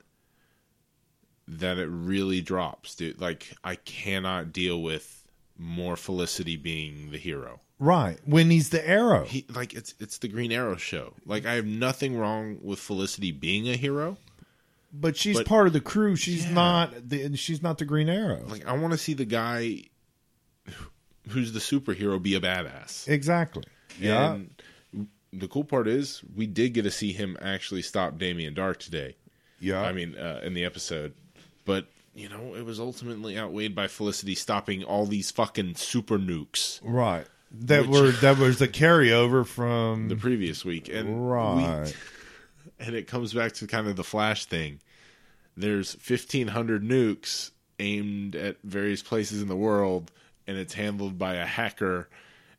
that it really drops, dude. Like I cannot deal with more Felicity being the hero.
Right. When he's the arrow.
He like it's it's the Green Arrow show. Like I have nothing wrong with Felicity being a hero.
but she's
but-
part of the crew. She's
Yeah.
not the she's not the green arrow.
Like I want to see the guy who's the superhero be a badass.
exactly. Yeah.
And the cool part is we did get to see him actually stop Damien Dark today.
yeah.
I mean, uh, in the episode. But, you know, it was ultimately outweighed by Felicity stopping all these fucking super nukes
right. That
Which-
were that was the carryover from
the previous week. And we-
right.
and it comes back to kind of the Flash thing. There's 1,500 nukes aimed at various places in the world, and it's handled by a hacker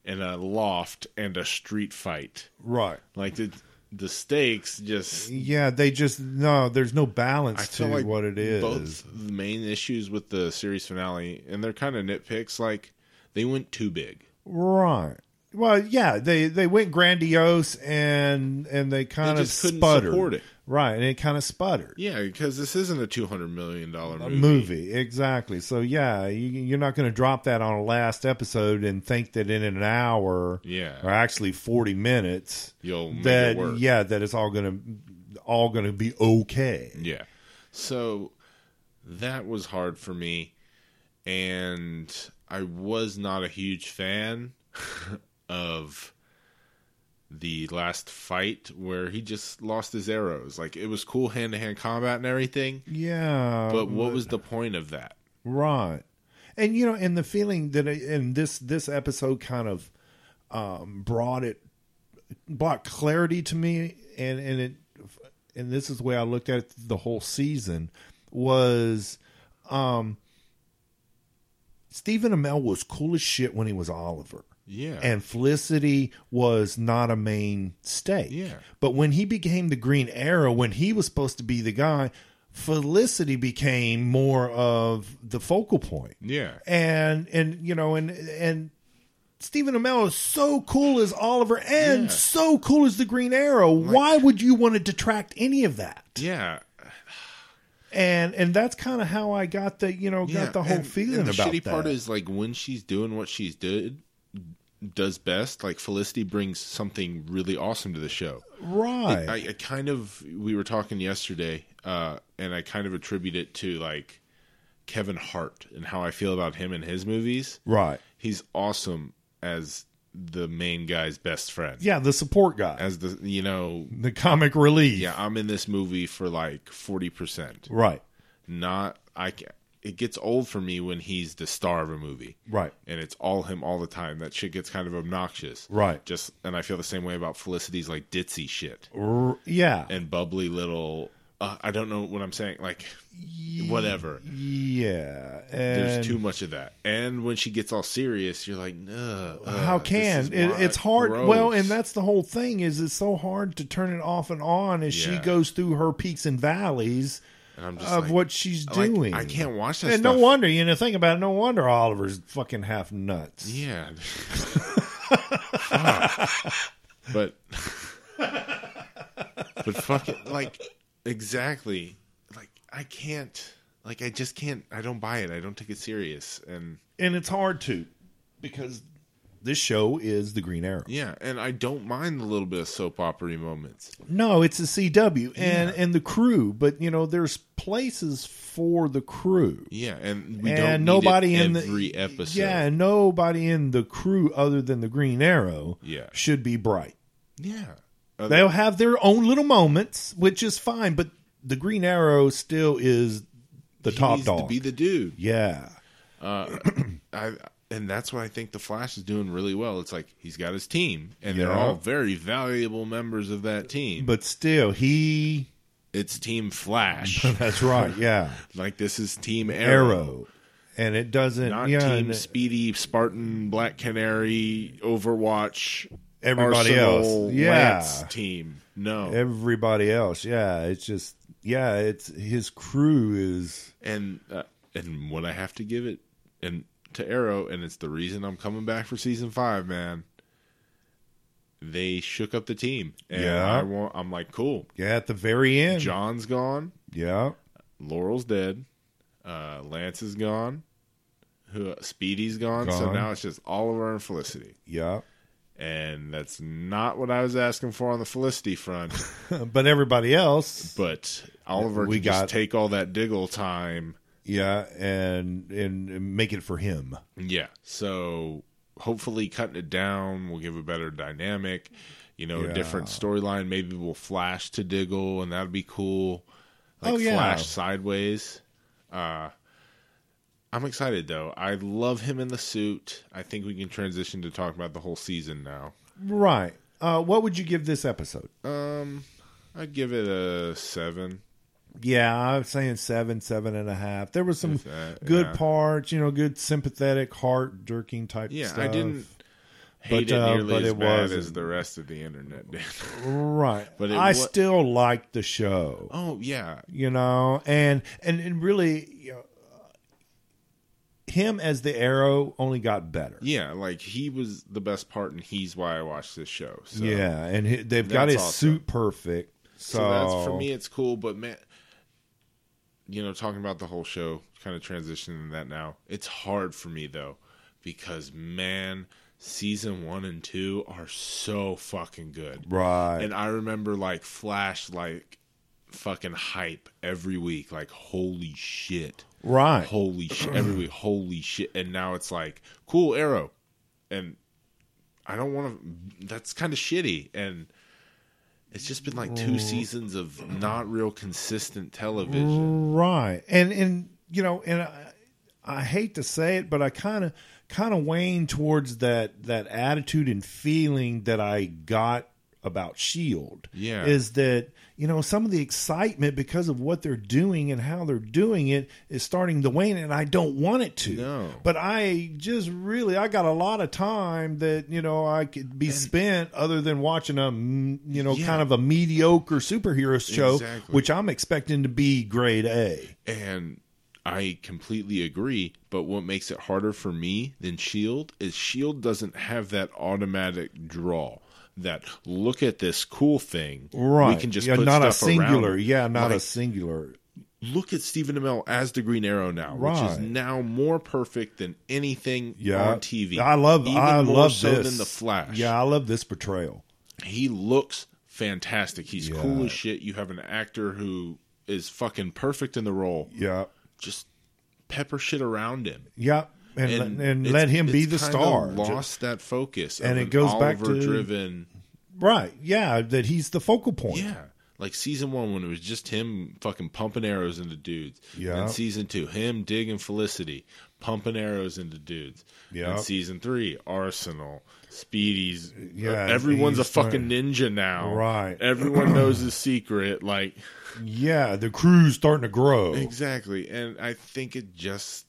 in a loft and a street fight.
right.
Like, the, the stakes just
Yeah, they just no, there's no balance to what it is.
Both the main issues with the series finale, and they're kind of nitpicks. Like they went too big.
Right. Well, yeah, they they went grandiose and and they kind of
just couldn't
sputtered.
support it.
Right, and it kind of sputtered.
Yeah, because this isn't a two hundred million dollar
A
movie.
movie, exactly. So yeah, you, you're not going to drop that on a last episode and think that in an hour,
Yeah.
or actually 40 minutes,
You'll make it
that
work.
yeah, that it's all going to all going to be okay.
Yeah. So that was hard for me, and I was not a huge fan of the last fight where he just lost his arrows. Like it was cool hand to hand combat and everything,
Yeah,
Um, but what was the point of that?
Right. And you know, and the feeling that it, and this this episode kind of um brought it brought clarity to me and and it and this is the way I looked at it the whole season was um Stephen Amell was cool as shit when he was Oliver.
Yeah.
And Felicity was not a mainstay.
Yeah.
But when he became the Green Arrow, when he was supposed to be the guy, Felicity became more of the focal point.
yeah.
And and you know and and Stephen Amell is so cool as Oliver and
Yeah.
so cool as the Green Arrow. Why would you want to detract any of that?
Yeah,
And and that's kind of how I got the you know got
yeah.
the whole
And-
feeling
and the
about
shitty
that.
part is like when she's doing what she's did does best. Like Felicity brings something really awesome to the show.
right.
I, I kind of we were talking yesterday, uh, and I kind of attribute it to like Kevin Hart and how I feel about him and his movies.
right.
He's awesome as the main guy's best friend.
Yeah, the support guy.
As the you know,
the comic relief.
yeah, I'm in this movie for like forty percent.
Right.
Not I. ca- It gets old for me when he's the star of a movie.
Right.
and it's all him all the time. That shit gets kind of obnoxious.
Right.
Just and I feel the same way about Felicity's like ditzy shit
R- yeah.
and bubbly little uh, I don't know what I'm saying like whatever.
Yeah.
There's
And
too much of that. And when she gets all serious, you're like, uh, "No.
how can it, it's hard? Well, and that's the whole thing is it's so hard to turn it off and on as she
Yeah.
goes through her peaks and valleys
and I'm just
of
like,
what she's
like,
doing.
I can't watch that
And
stuff.
no wonder, you know, think about it. No wonder Oliver's fucking half nuts.
Yeah. Fuck. but But fucking like exactly like I can't like I just can't I don't buy it. I don't take it serious. And
and it's hard to because this show is the Green Arrow.
yeah, and I don't mind a little bit of soap opery moments.
No, it's a CW and and the crew, but you know there's places for the crew.
Yeah, and we don't
and
nobody
nobody
need it
in
every
the
episode.
Yeah, and nobody in the crew other than the Green Arrow
Yeah.
should be bright.
yeah.
They'll have their own little moments, which is fine, but the Green Arrow still is the
He
top
needs to
dog.
be the dude.
yeah.
I and that's what I think the Flash is doing really well. It's like he's got his team, and they're
Yeah.
all very valuable members of that team.
But still he
it's Team Flash.
that's right, yeah.
like this is Team Arrow,
Arrow. And it doesn't
not
yeah,
Team
and
Speedy, Spartan, Black Canary, Overwatch,
everybody
Arsenal,
else. Yeah.
Lance team. No,
everybody else. Yeah, it's just yeah, it's his crew is
and uh, and what I have to give it and to Arrow, and it's the reason I'm coming back for season five, man. They shook up the team, and
Yeah.
I want, I'm like, cool.
yeah at the very end.
John's gone,
Yeah,
Laurel's dead, uh, Lance is gone, who Speedy's gone, So
Gone.
now it's just Oliver and Felicity,
yeah.
and that's not what I was asking for on the Felicity front.
but everybody else,
But Oliver
We
can just
got-
take all that Diggle time
yeah, and and make it for him.
Yeah. So hopefully cutting it down will give a better dynamic, you know, a
Yeah.
different storyline. Maybe we'll flash to Diggle and that'll be cool. Like
Oh, yeah.
flash sideways. Uh I'm excited though. I love him in the suit. I think we can transition to talk about the whole season now.
Right. Uh, what would you give this episode?
Um I'd give it a seven.
Yeah, I'm saying seven, seven and a half. There was some
that,
good
uh, yeah.
parts, you know, good sympathetic, heart jerking type
Yeah,
stuff.
I didn't hate
But,
it
uh,
nearly
but
as
it
bad
wasn't.
as the rest of the internet did.
Right.
But
But
it
I
wa-
still liked the show.
oh yeah.
you know and and, and really you know, him as the arrow only got better
Yeah, like he was the best part, and he's why I watch this show. So,
yeah and he, they've got
That's
his
awesome.
suit perfect so,
so that's for me, it's cool. But man, you know, talking about the whole show, kind of transitioning to that now. It's hard for me though, because man, season one and two are so fucking good.
right
And I remember like Flash, like fucking hype every week. Like holy shit,
right
holy shit every week holy shit and now it's like cool arrow and i don't want to that's kind of shitty and it's just been like two seasons of not real consistent television
right and and you know and i, I hate to say it but i kind of kind of wane towards that that attitude and feeling that i got about shield
Yeah.
E is that you know some of the excitement because of what they're doing and how they're doing it is starting to wane and i don't want it to
No.
but i just really i got a lot of time that you know i could be spent other than watching a mm, you know
Yeah.
kind of a mediocre superhero show
Exactly.
which I'm expecting to be grade A.
and i completely agree but what makes it harder for me than shield E is shield doesn't have that automatic draw that look at this cool thing we can just
yeah,
put
not a
stuff
singular.
around it.
Yeah, not
Like,
a singular.
look at Stephen Amell as the Green Arrow now, which is
Right.
now more perfect than anything
Yeah.
on TV.
I love
Even
I
more
love
so
this.
than the Flash.
Yeah, I love this portrayal.
he looks fantastic. He's
Yeah.
cool as shit. You have an actor who is fucking perfect in the role.
Yeah.
Just pepper shit around him.
Yeah. And and,
it's-
let him be
it's
the
kinda
star.
Lost that focus,
And
of
it
an
goes back to-
Oliver-driven-
Right. Yeah, that he's the focal point.
Yeah. Like season one, when it was just him fucking pumping arrows into dudes.
Yeah.
And season two, him digging Felicity, pumping arrows into dudes.
Yeah.
And season three, Arsenal, Speedy's.
Yeah,
Everyone's a
he's trying-
fucking ninja now.
Right.
Everyone knows his secret. Like,
Yeah, the crew's starting to grow.
exactly. And I think it just.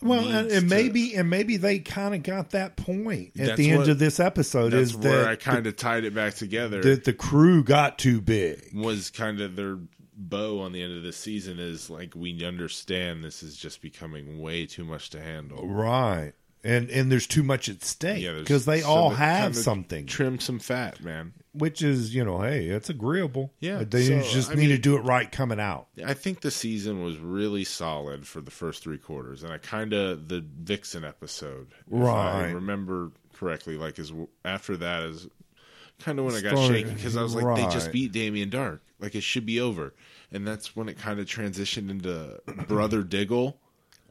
Well, and,
needs
and
to-
maybe and maybe they kind of got that point at
That's
the end
what-
of this episode
That's
is
where
that
I kind of tied it back together.
that the crew got too big.
was kind of their bow on the end of the
Oh,
season is like, we understand this is just becoming way too much to handle.
Right. and and there's too much at stake
Yeah, there's
because they
so
all
they
have
kinda
something,
Trim some fat, man.
which is you know, hey, it's agreeable.
Yeah,
But they
so,
just
I
need to do it right coming out.
I think the season was really solid for the first three quarters, and I kind of the Vixen episode, if
Right.
I remember correctly, like is after that is kind of when I got
Started-
shaky because I was like, they just
right.
beat Damien Dark, like it should be over, and that's when it kind of transitioned into Brother Diggle,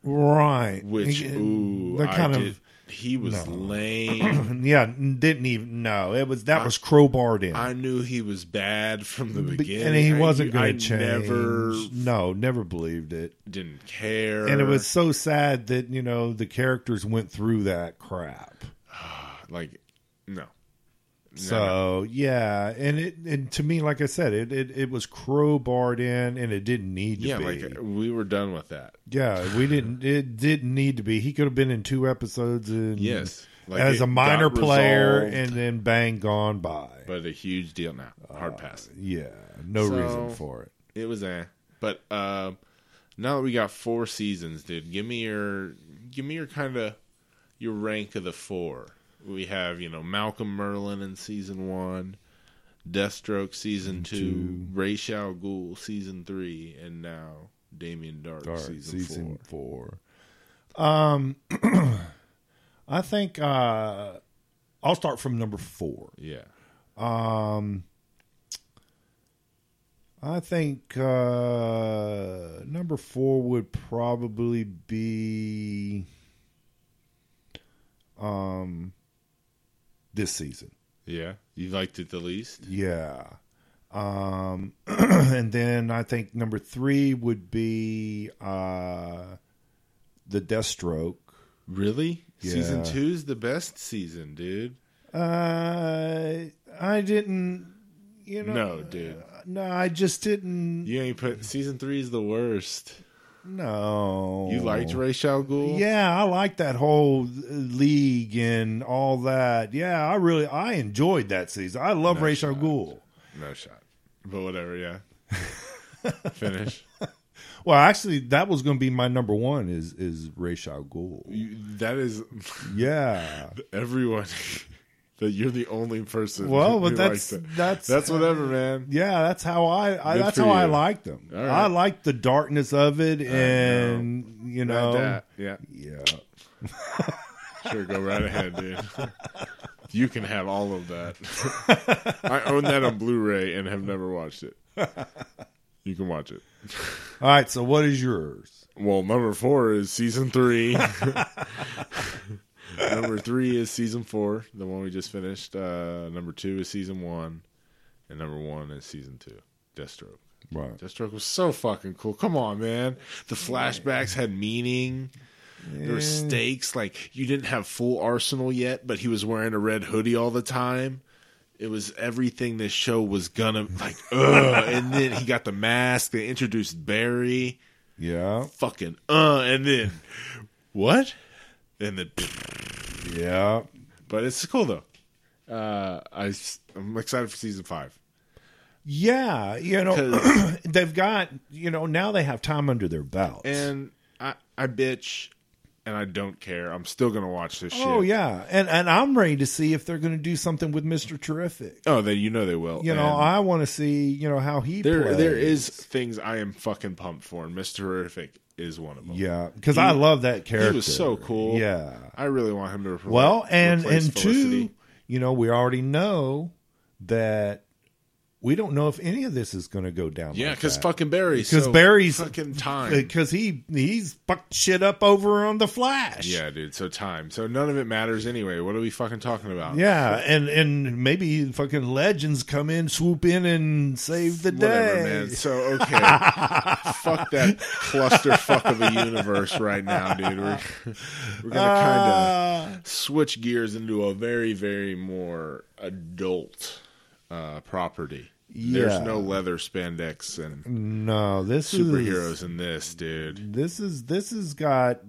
Right.
which ooh,
uh, they're kind
I
of-
did, he was lame.
yeah, didn't even no. It was that was crowbarred in.
I knew he was bad from the
Be-
beginning,
and he
I-
wasn't
I
going to change.
Never
No, never believed it.
didn't care,
And it was so sad that you know the characters went through that crap.
like no.
So yeah, and it and to me, like I said, it it, it was crowbarred in, and it didn't need to
Yeah,
be. Mm-hmm.
like uh, we were done with that.
yeah, we didn't. It didn't need to be. He could have been in two episodes, and
Yes, like it
as a minor
got
player,
resolved,
and then bang, gone by.
but a huge deal now.
Uh,
Hard pass.
Yeah, no
So-
reason for it.
It was eh. But uh, now that we got four seasons, dude, give me your give me your kind of your rank of the four. We have you know Malcolm Merlin in season one, Deathstroke season two,
Two.
Ray Shao Ghul season three, and now Damien Dark,
Dark,
season, four.
four. Um, I think uh, I'll start from number four.
Yeah,
I think uh, number four would probably be um, this season.
yeah. You liked it the least.
Yeah. Um, and then I think number three would be uh, the Deathstroke.
Really? Season
Yeah.
two's the best season, dude.
Uh, I didn't, you know.
No, dude.
No, I just didn't.
You ain't put season three is the worst.
No.
You liked Ray Shao Ghul?
Yeah, I liked that whole uh, league and all that. Yeah, I really I enjoyed that season. I love Ray Al Ghul.
No shot. But whatever, yeah. Finish.
Well, actually, that was going to be my number one. Is is Ray Al Ghul?
You, that is
Yeah.
everyone. that you're the only person.
Well,
who
but
likes
that's
it.
that's
that's whatever, man.
Yeah, that's how I, I
Good
that's
for
how I
you.
liked them.
All right.
I liked the darkness of it, and you
Not
know,
that. Yeah,
yeah,
sure. Go right ahead, dude. You can have all of that. I own that on Blu-ray and have never watched it. You can watch it.
All right, so what is yours?
Well, number four is season three. number three is season four, the one we just finished. Uh, number two is season one, and number one is season two. Deathstroke.
Right.
Deathstroke was so fucking cool. Come on, man. The flashbacks had meaning. There were stakes. Like you didn't have full arsenal yet, but he was wearing a red hoodie all the time. It was everything this show was gonna like. Ugh. And then he got the mask. They introduced Barry
Yeah.
fucking uh and then what and then
Yeah.
but it's cool though uh i s- i'm excited for season five
Yeah, you know,
'Cause-
they've got, you know, now they have time under their belt.
and i i bitch and i don't care i'm still gonna watch this shit
oh yeah, and and I'm ready to see if they're going to do something with Mister Terrific.
oh then you know they will
You know,
And
I want to see, you know, how he
there
plays.
there is things i am fucking pumped for and mr terrific is one of them
yeah, because I love that character.
he was so cool
Yeah.
i really want him to repl-
Well, and
replace
and
Felicity.
two, you know, we already know that we don't know if any of this is going to go down.
yeah
like
because
that.
fucking barry's
'Cause
so
Barry's-
fucking time
because he he's fucked shit up over on the Flash.
Yeah, dude. So time. So none of it matters anyway. What are we fucking talking about?
Yeah, and and maybe fucking legends come in, swoop in, and save the
Whatever,
day.
man. So okay, fuck that clusterfuck of a universe right now, dude. We're, we're gonna kind
Uh,
of switch gears into a very, very more adult uh, property.
Yeah. Mm.
There's no leather spandex and
no, this is
superheroes in this, dude.
this is this has got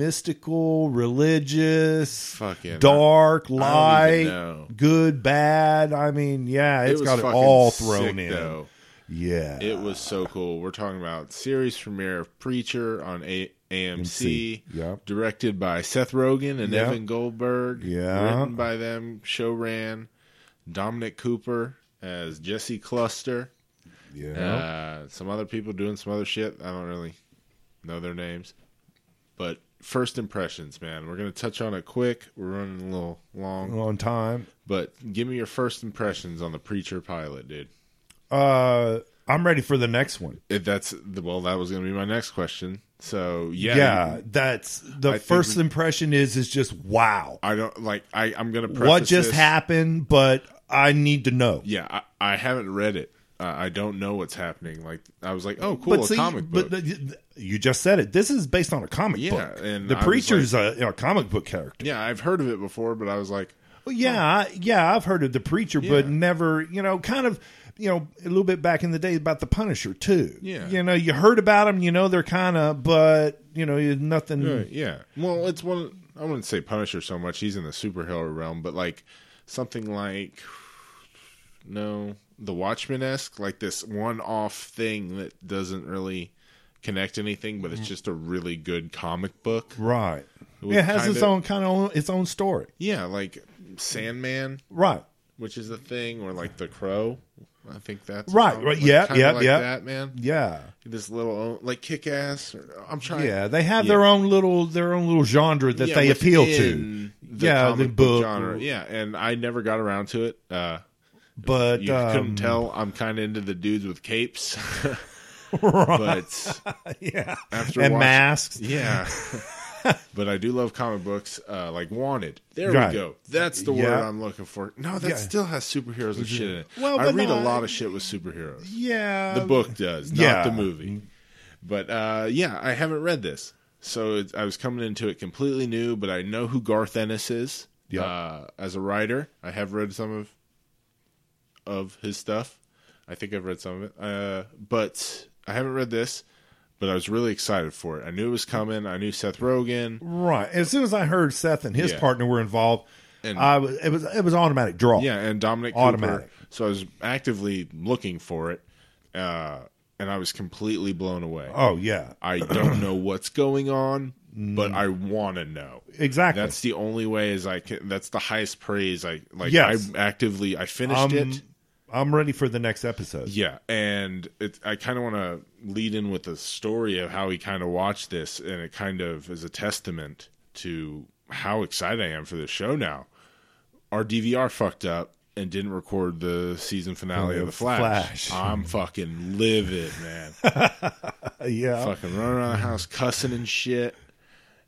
mystical, religious,
Fucking
dark,
I don't even
light,
know.
good, bad. I mean, yeah,
It
it's
was
got it
fucking
all
sick,
thrown in.
though.
Yeah,
It was so cool. We're talking about series premiere of Preacher on a- AMC,
Yep.
directed by Seth Rogen and
Yeah.
Evan Goldberg.
Yeah.
Written by them. Show ran Dominic Cooper as Jesse Cluster.
Yeah.
Uh, some other people doing some other shit. I don't really know their names. But first impressions, man. We're going to touch on it quick. We're running a little long.
On time.
But give me your first impressions on the Preacher pilot, dude.
Uh, I'm ready for the next one.
If that's well, that was going to be my next question. So yeah,
Yeah, that's the
think
first
we-
impression is is just wow.
I don't like. I I'm going to preface
What just
this-
happened? But I need to know.
Yeah, I, I haven't read it. Uh, I don't know what's happening. Like I was like, oh, cool, a comic book.
But the, you just said it. This is based on a comic
Yeah,
book.
and
the
I was
preacher's a, a comic book character.
yeah, I've heard of it before, but I was like,
Well, yeah, I- yeah, I've heard of the preacher, but
Yeah.
never, you know, kind of, you know, a little bit back in the day about the Punisher too.
Yeah.
you know, you heard about them, you know, they're kind of, but you know, you- nothing.
uh, yeah. Well, it's one. I wouldn't say Punisher so much. He's in the superhero realm, but like something like no, the Watchmen esque, like this one off thing that doesn't really connect anything, but
Hmm.
it's just a really good comic book.
Right.
was
It has its
kinda-
own kind of own, its own story.
Yeah, like Sandman.
Right.
which is a thing, or like the crow. I think that's
Right,
um,
right, yeah,
kinda
yeah,
like
yeah.
That man,
Yeah.
this little like kick ass. I'm trying.
Yeah, they have their own little their own little genre that
yeah,
they appeal to.
within The
yeah,
comic
the book.
genre. Yeah, and I never got around to it. Uh,
But
you
um,
couldn't tell. I'm kind of into the dudes with capes,
right.
but
yeah,
after
and
watching-
masks.
yeah. But I do love comic books, uh, like Wanted. There
Right.
we go. That's the word
Yeah.
I'm looking for. No, that
Yeah.
still has superheroes and shit in it.
Well,
I
but
read
no,
a lot
I-
of shit with superheroes.
Yeah,
the book does, not
Um, yeah.
the movie. But uh, yeah, I haven't read this, so it's, I was coming into it completely new. But I know who Garth Ennis is
Yeah.
uh, as a writer. I have read some of of his stuff. I think I've read some of it, uh, but I haven't read this. But I was really excited for it. I knew it was coming. I knew Seth Rogen.
Right. As soon as I heard Seth and his
Yeah.
partner were involved,
And-
I was it was it was automatic draw.
Yeah, and Dominic
Automatic.
Cooper. So I was actively looking for it, uh, and I was completely blown away.
Oh yeah.
I don't know what's going on, but
Mm.
I want to know.
Exactly.
That's the only way is I can. That's the highest praise I like.
Yes.
I actively I finished
I'm,
it.
Um, I'm ready for the next episode.
Yeah, and it, I kind of want to lead in with a story of how he kind of watched this, and it kind of is a testament to how excited I am for this show now. Our DVR fucked up and didn't record the season finale of The Flash.
Flash.
I'm fucking livid, man.
Uh, yeah.
fucking running around the house cussing and shit.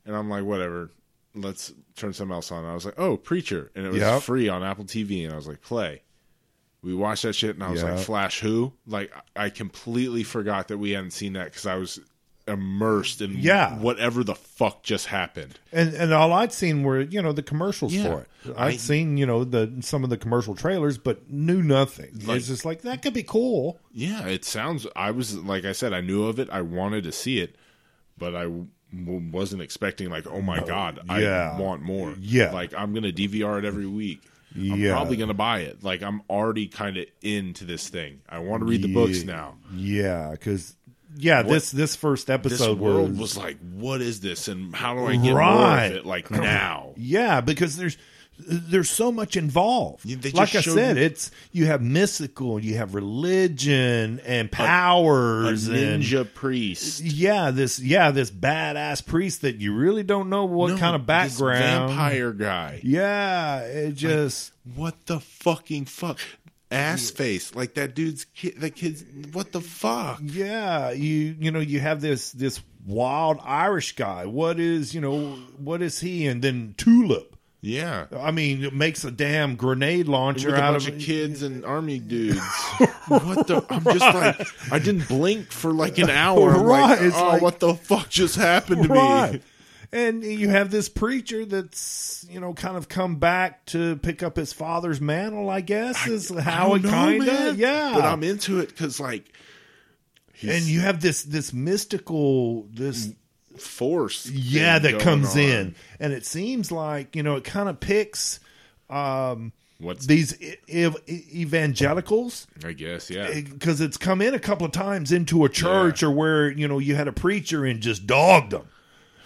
And I'm like, whatever, let's turn something else on. I was like, oh, Preacher. And it was
Yep.
free on Apple TV. And I was like, play. We watched that shit. And I was
Yeah.
like, Flash who? Like, I I completely forgot that we hadn't seen that because I was immersed in
Yeah.
whatever the fuck just happened.
And and all I'd seen were you know the commercials
Yeah.
for it. I'd
I-
seen you know the some of the commercial trailers, but knew nothing.
Like-
it's just like that could be cool.
Yeah, it sounds. I was, like I said, I knew of it. I wanted to see it, but I w- wasn't expecting, like, oh my God,
yeah.
I want more.
Yeah.
Like, I'm going to DVR it every week. I'm
yeah.
probably going to buy it. Like I'm already kind of into this thing. I want to read the books now.
Yeah, because yeah, this this first
This
episode
world
was
was like, what is this, and how do I get more
Right.
of it? Like now,
Yeah, because there's there's so much involved.
Yeah, they
like
just
I
showed
said,
you-
it's you have mystical, you have religion and powers and
ninja priest,
yeah, this yeah, this badass priest that you really don't know what
No,
kind of
this
background.
vampire guy.
Yeah, it just
What the fucking fuck, ass face? Like that dude's kid. That kid's what the fuck?
yeah, you you know, you have this this wild Irish guy. What is, you know, what is he and then Tulip
Yeah,
I mean, it makes a damn grenade launcher
with a
out
bunch
of
of kids and army dudes. what the? I'm just like, I didn't blink for like an hour. I'm
Right,
like,
it's
oh,
like-
what the fuck just happened to me?
Right. And you have this preacher that's, you know, kind of come back to pick up his father's mantle, I guess, is how
I don't
it
know,
kind
man.
of. Yeah.
But I'm into it because like
and you have this this mystical this
force.
yeah
thing
that
going
comes
on.
in. And it seems like, you know, it kind of picks um
What's
these e- ev- evangelicals eh,
I guess yeah.
because it's come in a couple of times into a church or where you know you had a preacher and just dogged them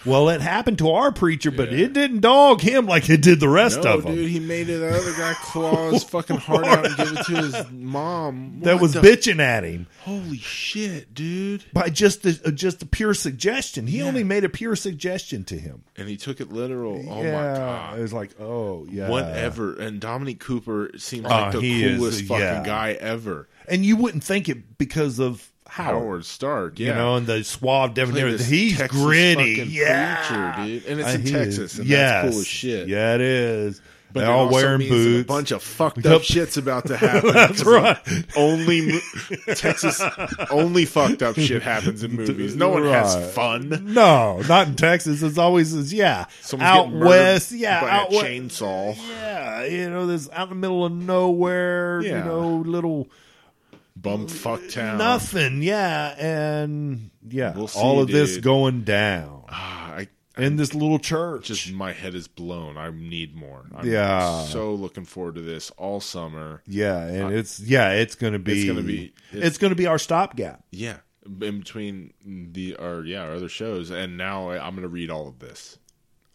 Well, it happened to our preacher, but it didn't dog him like it did the rest
No,
of them.
dude, he made it. The other guy claw his fucking heart out and give it to his mom.
that
What
was
the-
bitching at him
holy shit, dude.
by just a, just a pure suggestion. He only made a pure suggestion to him.
And he took it literal. Oh
Yeah,
my god.
It was like, oh yeah,
Whatever. And Dominic Cooper seems like
Oh,
the
he is,
coolest fucking
yeah.
guy ever.
And you wouldn't think it because of Howard,
Howard Stark, yeah.
you know, and the suave
Look at
debonair.
this
He's
Texas
gritty,
fucking
yeah,
preacher, dude. And it's
Uh,
in
he is.
Texas, and that's
Yes.
cool as shit.
Yeah, it is.
But
They're
it
all
also
wearing
means that
boots.
A bunch of fucked
Yep.
up shit's about to happen.
That's
'Cause, like,
right.
Only mo- Texas, only fucked up shit happens in movies. No one
Right.
has fun.
No, not in Texas. It's always this, yeah,
Someone's
out
getting murdered
west, yeah,
by
out
a
west,
chainsaw.
yeah, you know, this out in the middle of nowhere, you
Yeah.
know, little
Bum fuck town.
nothing, yeah, and yeah,
We'll
all
see,
of this
dude.
going down
Ah, I
in this little church.
just my head is blown. I need more. I'm
Yeah.
so looking forward to this all summer.
yeah, and it's yeah, it's gonna be,
It's gonna be-
it's, gonna be our stopgap.
Yeah, in between the or yeah our other shows, and now I, I'm gonna read all of this.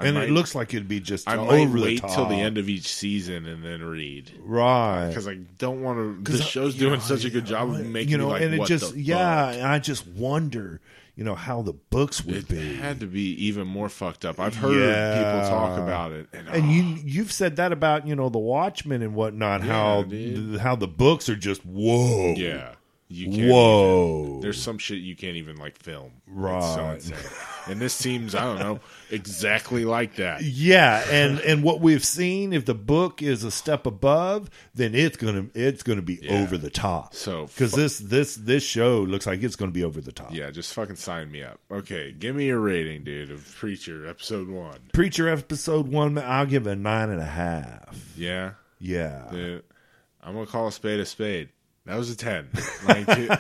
I
And
might-
it looks like it'd be just
I might
over
wait
the top.
till the end of each season and then read
right?
because I don't want to. The show's doing such a good job of making
you know,
me like,
and it
what
just
the
yeah,
fuck?
and I just wonder, you know, how the books would
It
be.
had to be even more fucked up. I've heard
Yeah.
people talk about it, and,
and
ah,
you you've said that about you know the Watchmen and whatnot. how
dude.
th- how the books are just whoa,
yeah, you can't.
whoa.
There's some shit you can't even like film. It's so
Right.
insane. and this seems I don't know exactly like that.
yeah, and and what we've seen, if the book is a step above, then it's gonna it's gonna be over the top.
So,
because this this this show looks like it's gonna be over the top.
Yeah, just fucking sign me up. Okay, give me a rating, dude, of Preacher episode one.
Preacher episode one, I'll give it a nine and a half.
Yeah,
Yeah,
dude, I'm gonna call a spade a spade. That was a ten. Like, dude,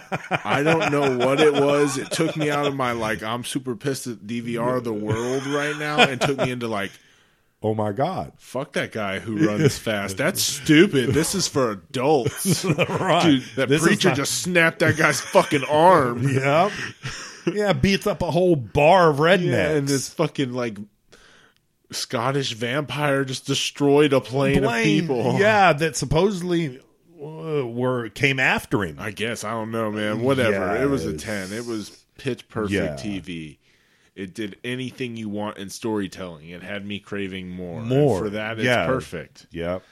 I don't know what it was. It took me out of my like I'm super pissed at DVR of the world right now, and took me into like
oh my god,
fuck that guy who runs fast. That's stupid. This is for adults.
right?
Dude, that
This is
preacher
not-
just snapped that guy's fucking arm.
Yep. yeah, beats up a whole bar of rednecks.
Yeah, and this fucking like Scottish vampire just destroyed a plane, of
Blaine,
people.
Yeah, that supposedly uh, were came after him.
I guess I don't know, man. Whatever. It was a
Yes.
ten. It was pitch perfect
Yeah.
TV. It did anything you want in storytelling. It had me craving more. And
More.
for that, it's
Yeah.
perfect.
Yep.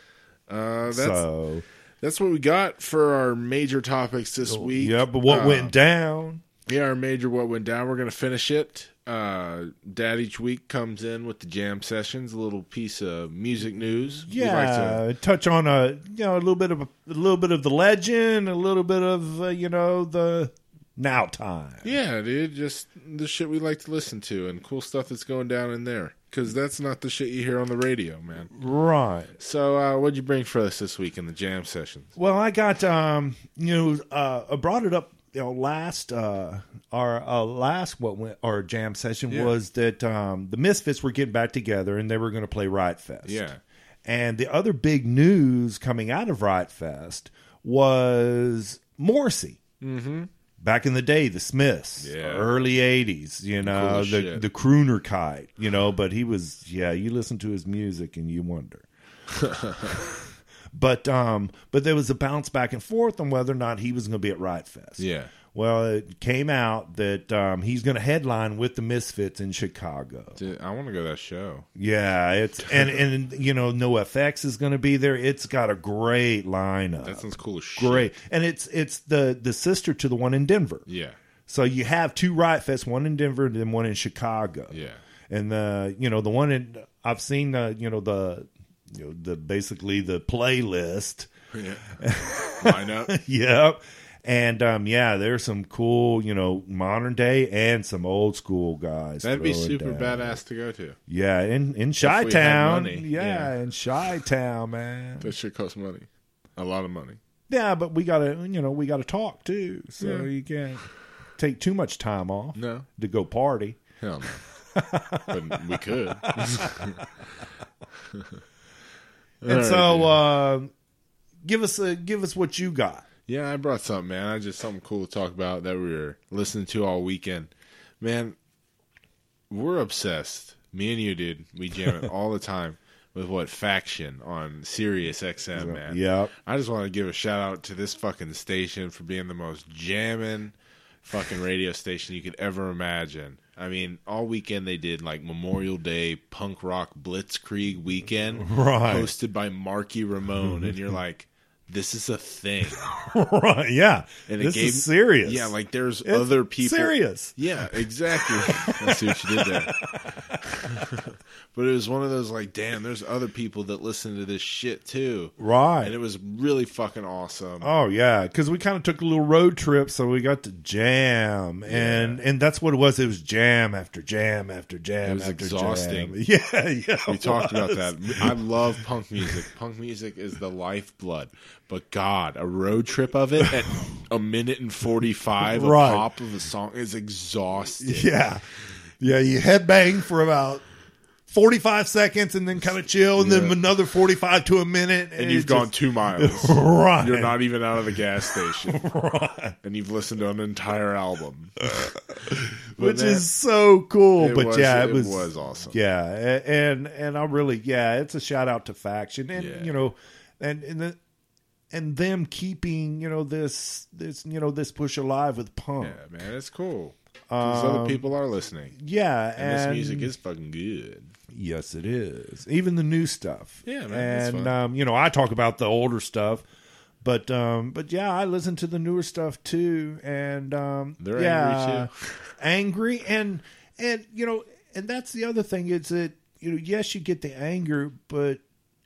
Uh, that's
So
that's what we got for our major topics this week.
yep, but what
Uh,
went down?
Yeah, our major what went down. We're gonna finish it. Uh, Dad each week comes in with the jam sessions, a little piece of music news. We like to-
Yeah, touch on a you know a little bit of a, a little bit of the legend, a little bit of uh, you know the now time.
Yeah, dude, just the shit we like to listen to and cool stuff that's going down in there. Because that's not the shit you hear on the radio, man.
Right.
So, uh, what'd you bring for us this week in the jam sessions?
Well, I got um, you know, uh, I brought it up. You know, last uh, our uh, last what went our jam session
Yeah.
was that um, the Misfits were getting back together and they were going to play Riot Fest.
Yeah.
and the other big news coming out of Riot Fest was Morrissey. Mm-hmm. Back in the day, the Smiths,
Yeah.
early '80s, you know,
as
the
shit.
the crooner kite, you know. But he was, yeah, you listen to his music and you wonder but um but there was a bounce back and forth on whether or not he was going to be at Riot Fest.
Yeah.
Well, it came out that um, he's going to headline with the Misfits in Chicago.
Dude, I want to go to that show.
Yeah, it's and and you know No FX is going to be there. It's got a great lineup.
That sounds cool as shit.
great, and it's it's the the sister to the one in Denver.
Yeah,
So you have two Riot Fest, one in Denver and then one in Chicago.
yeah.
And the you know the one in I've seen uh, you know the you know the basically the playlist.
yeah. Line up.
yep. And um, yeah, there's some cool, you know, modern day and some old school guys.
That'd be
throwing
super
down.
badass to go to.
Yeah, in in Chi
had
Town.
money,
Yeah,
yeah.
in Chi Town, man.
That shit costs money. A lot of money.
Yeah, but we gotta, you know, we gotta talk too, so you can't take too much time off
No.
to go party.
Hell no. but we could.
And so, uh, give us a give us what you got.
Yeah, I brought something, man. I just something cool to talk about that we were listening to all weekend. Man, we're obsessed. Me and you, dude. We jam it all the time with what faction on Sirius XM, man.
Yep.
I just want to give a shout out to this fucking station for being the most jamming fucking radio station you could ever imagine. I mean, all weekend they did like Memorial Day punk rock blitzkrieg weekend,
Right.
Hosted by Marky Ramone, and you're like, this is a thing.
right. Yeah.
And
this is serious.
Yeah, like there's
It's
other people.
Serious.
Yeah, exactly. I see what you did there. but it was one of those like, damn, there's other people that listen to this shit too.
Right.
And it was really fucking awesome.
Oh yeah, because we kind of took a little road trip, so we got to jam, and and that's what it was. It was jam after jam after jam.
It was
after
exhausting.
Jam. Yeah, yeah.
we
it
talked about
was.
that. I love punk music. Punk music is the lifeblood. But God, a road trip of it at a minute and 45 a
Right.
pop of a song is exhausting.
Yeah, yeah. You headbang for about forty-five seconds, and then kind of chill, and then
Yeah.
another forty-five to a minute,
And you've
it
gone
just-
two miles.
right.
You're not even out of the gas station.
right,
and you've listened to an entire album.
which
that-
is so cool.
It
But
was-
yeah, it,
was, awesome.
Yeah, a- and and I really yeah, it's a shout out to Faction and
Yeah.
you know, and and the and them keeping you know this this you know this push alive with punk.
Yeah, man, it's cool. 'Cause other people are listening,
Yeah,
and,
Um, and,
this music is fucking good.
yes, it is. Even the new stuff.
Yeah, man, that's
and
fun.
um, you know, I talk about the older stuff. But um, but yeah, I listen to the newer stuff too, and um,
They're angry
yeah,
too.
angry and and you know and that's the other thing is that you know yes you get the anger but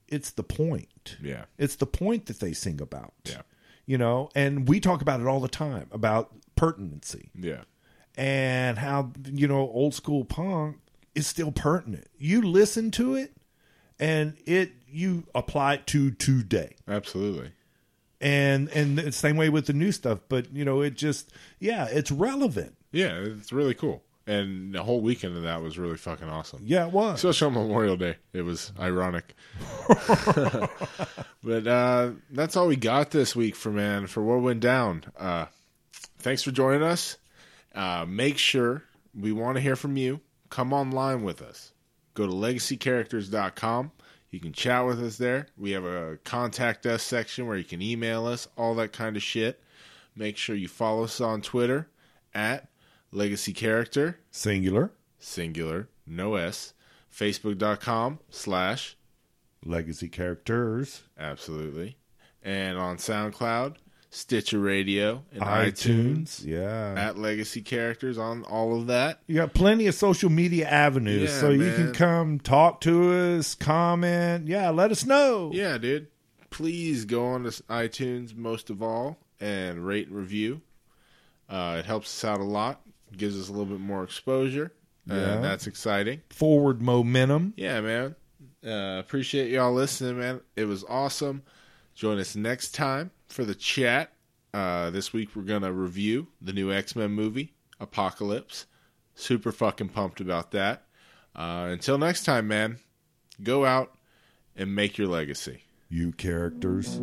it's the point
Yeah,
it's the point that they sing about
Yeah.
you know and we talk about it all the time about pertinency
yeah,
and how you know old school punk is still pertinent you listen to it and it you apply it to today
absolutely.
and and the same way with the new stuff but you know it just yeah it's relevant
Yeah, it's really cool. And the whole weekend of that was really fucking awesome.
yeah it was
Especially on Memorial Day, it was ironic. but uh, that's all we got this week for man for what went down. Uh, thanks for joining us. Uh, make sure we want to hear from you. Come online with us. Go to legacycharacters.com. You can chat with us there. We have a contact us section where you can email us, all that kind of shit. Make sure you follow us on Twitter at legacy character
singular
singular, no S, facebook.com slash
legacy characters,
absolutely, and on SoundCloud, Stitcher Radio, and iTunes,
Yeah.
at Legacy Characters on all of that.
You got plenty of social media avenues,
Yeah,
so you can
man.
come talk to us, comment. Yeah, let us know.
Yeah, dude. Please go on to s- iTunes most of all and rate and review. Uh, it helps us out a lot, gives us a little bit more exposure,
Yeah.
and that's exciting.
Forward momentum.
Yeah, man. Uh, appreciate y'all listening, man. It was awesome. Join us next time for the chat. Uh, this week we're gonna review the new X Men movie, Apocalypse. Super fucking pumped about that. Uh, until next time, man. Go out and make your legacy.
You characters.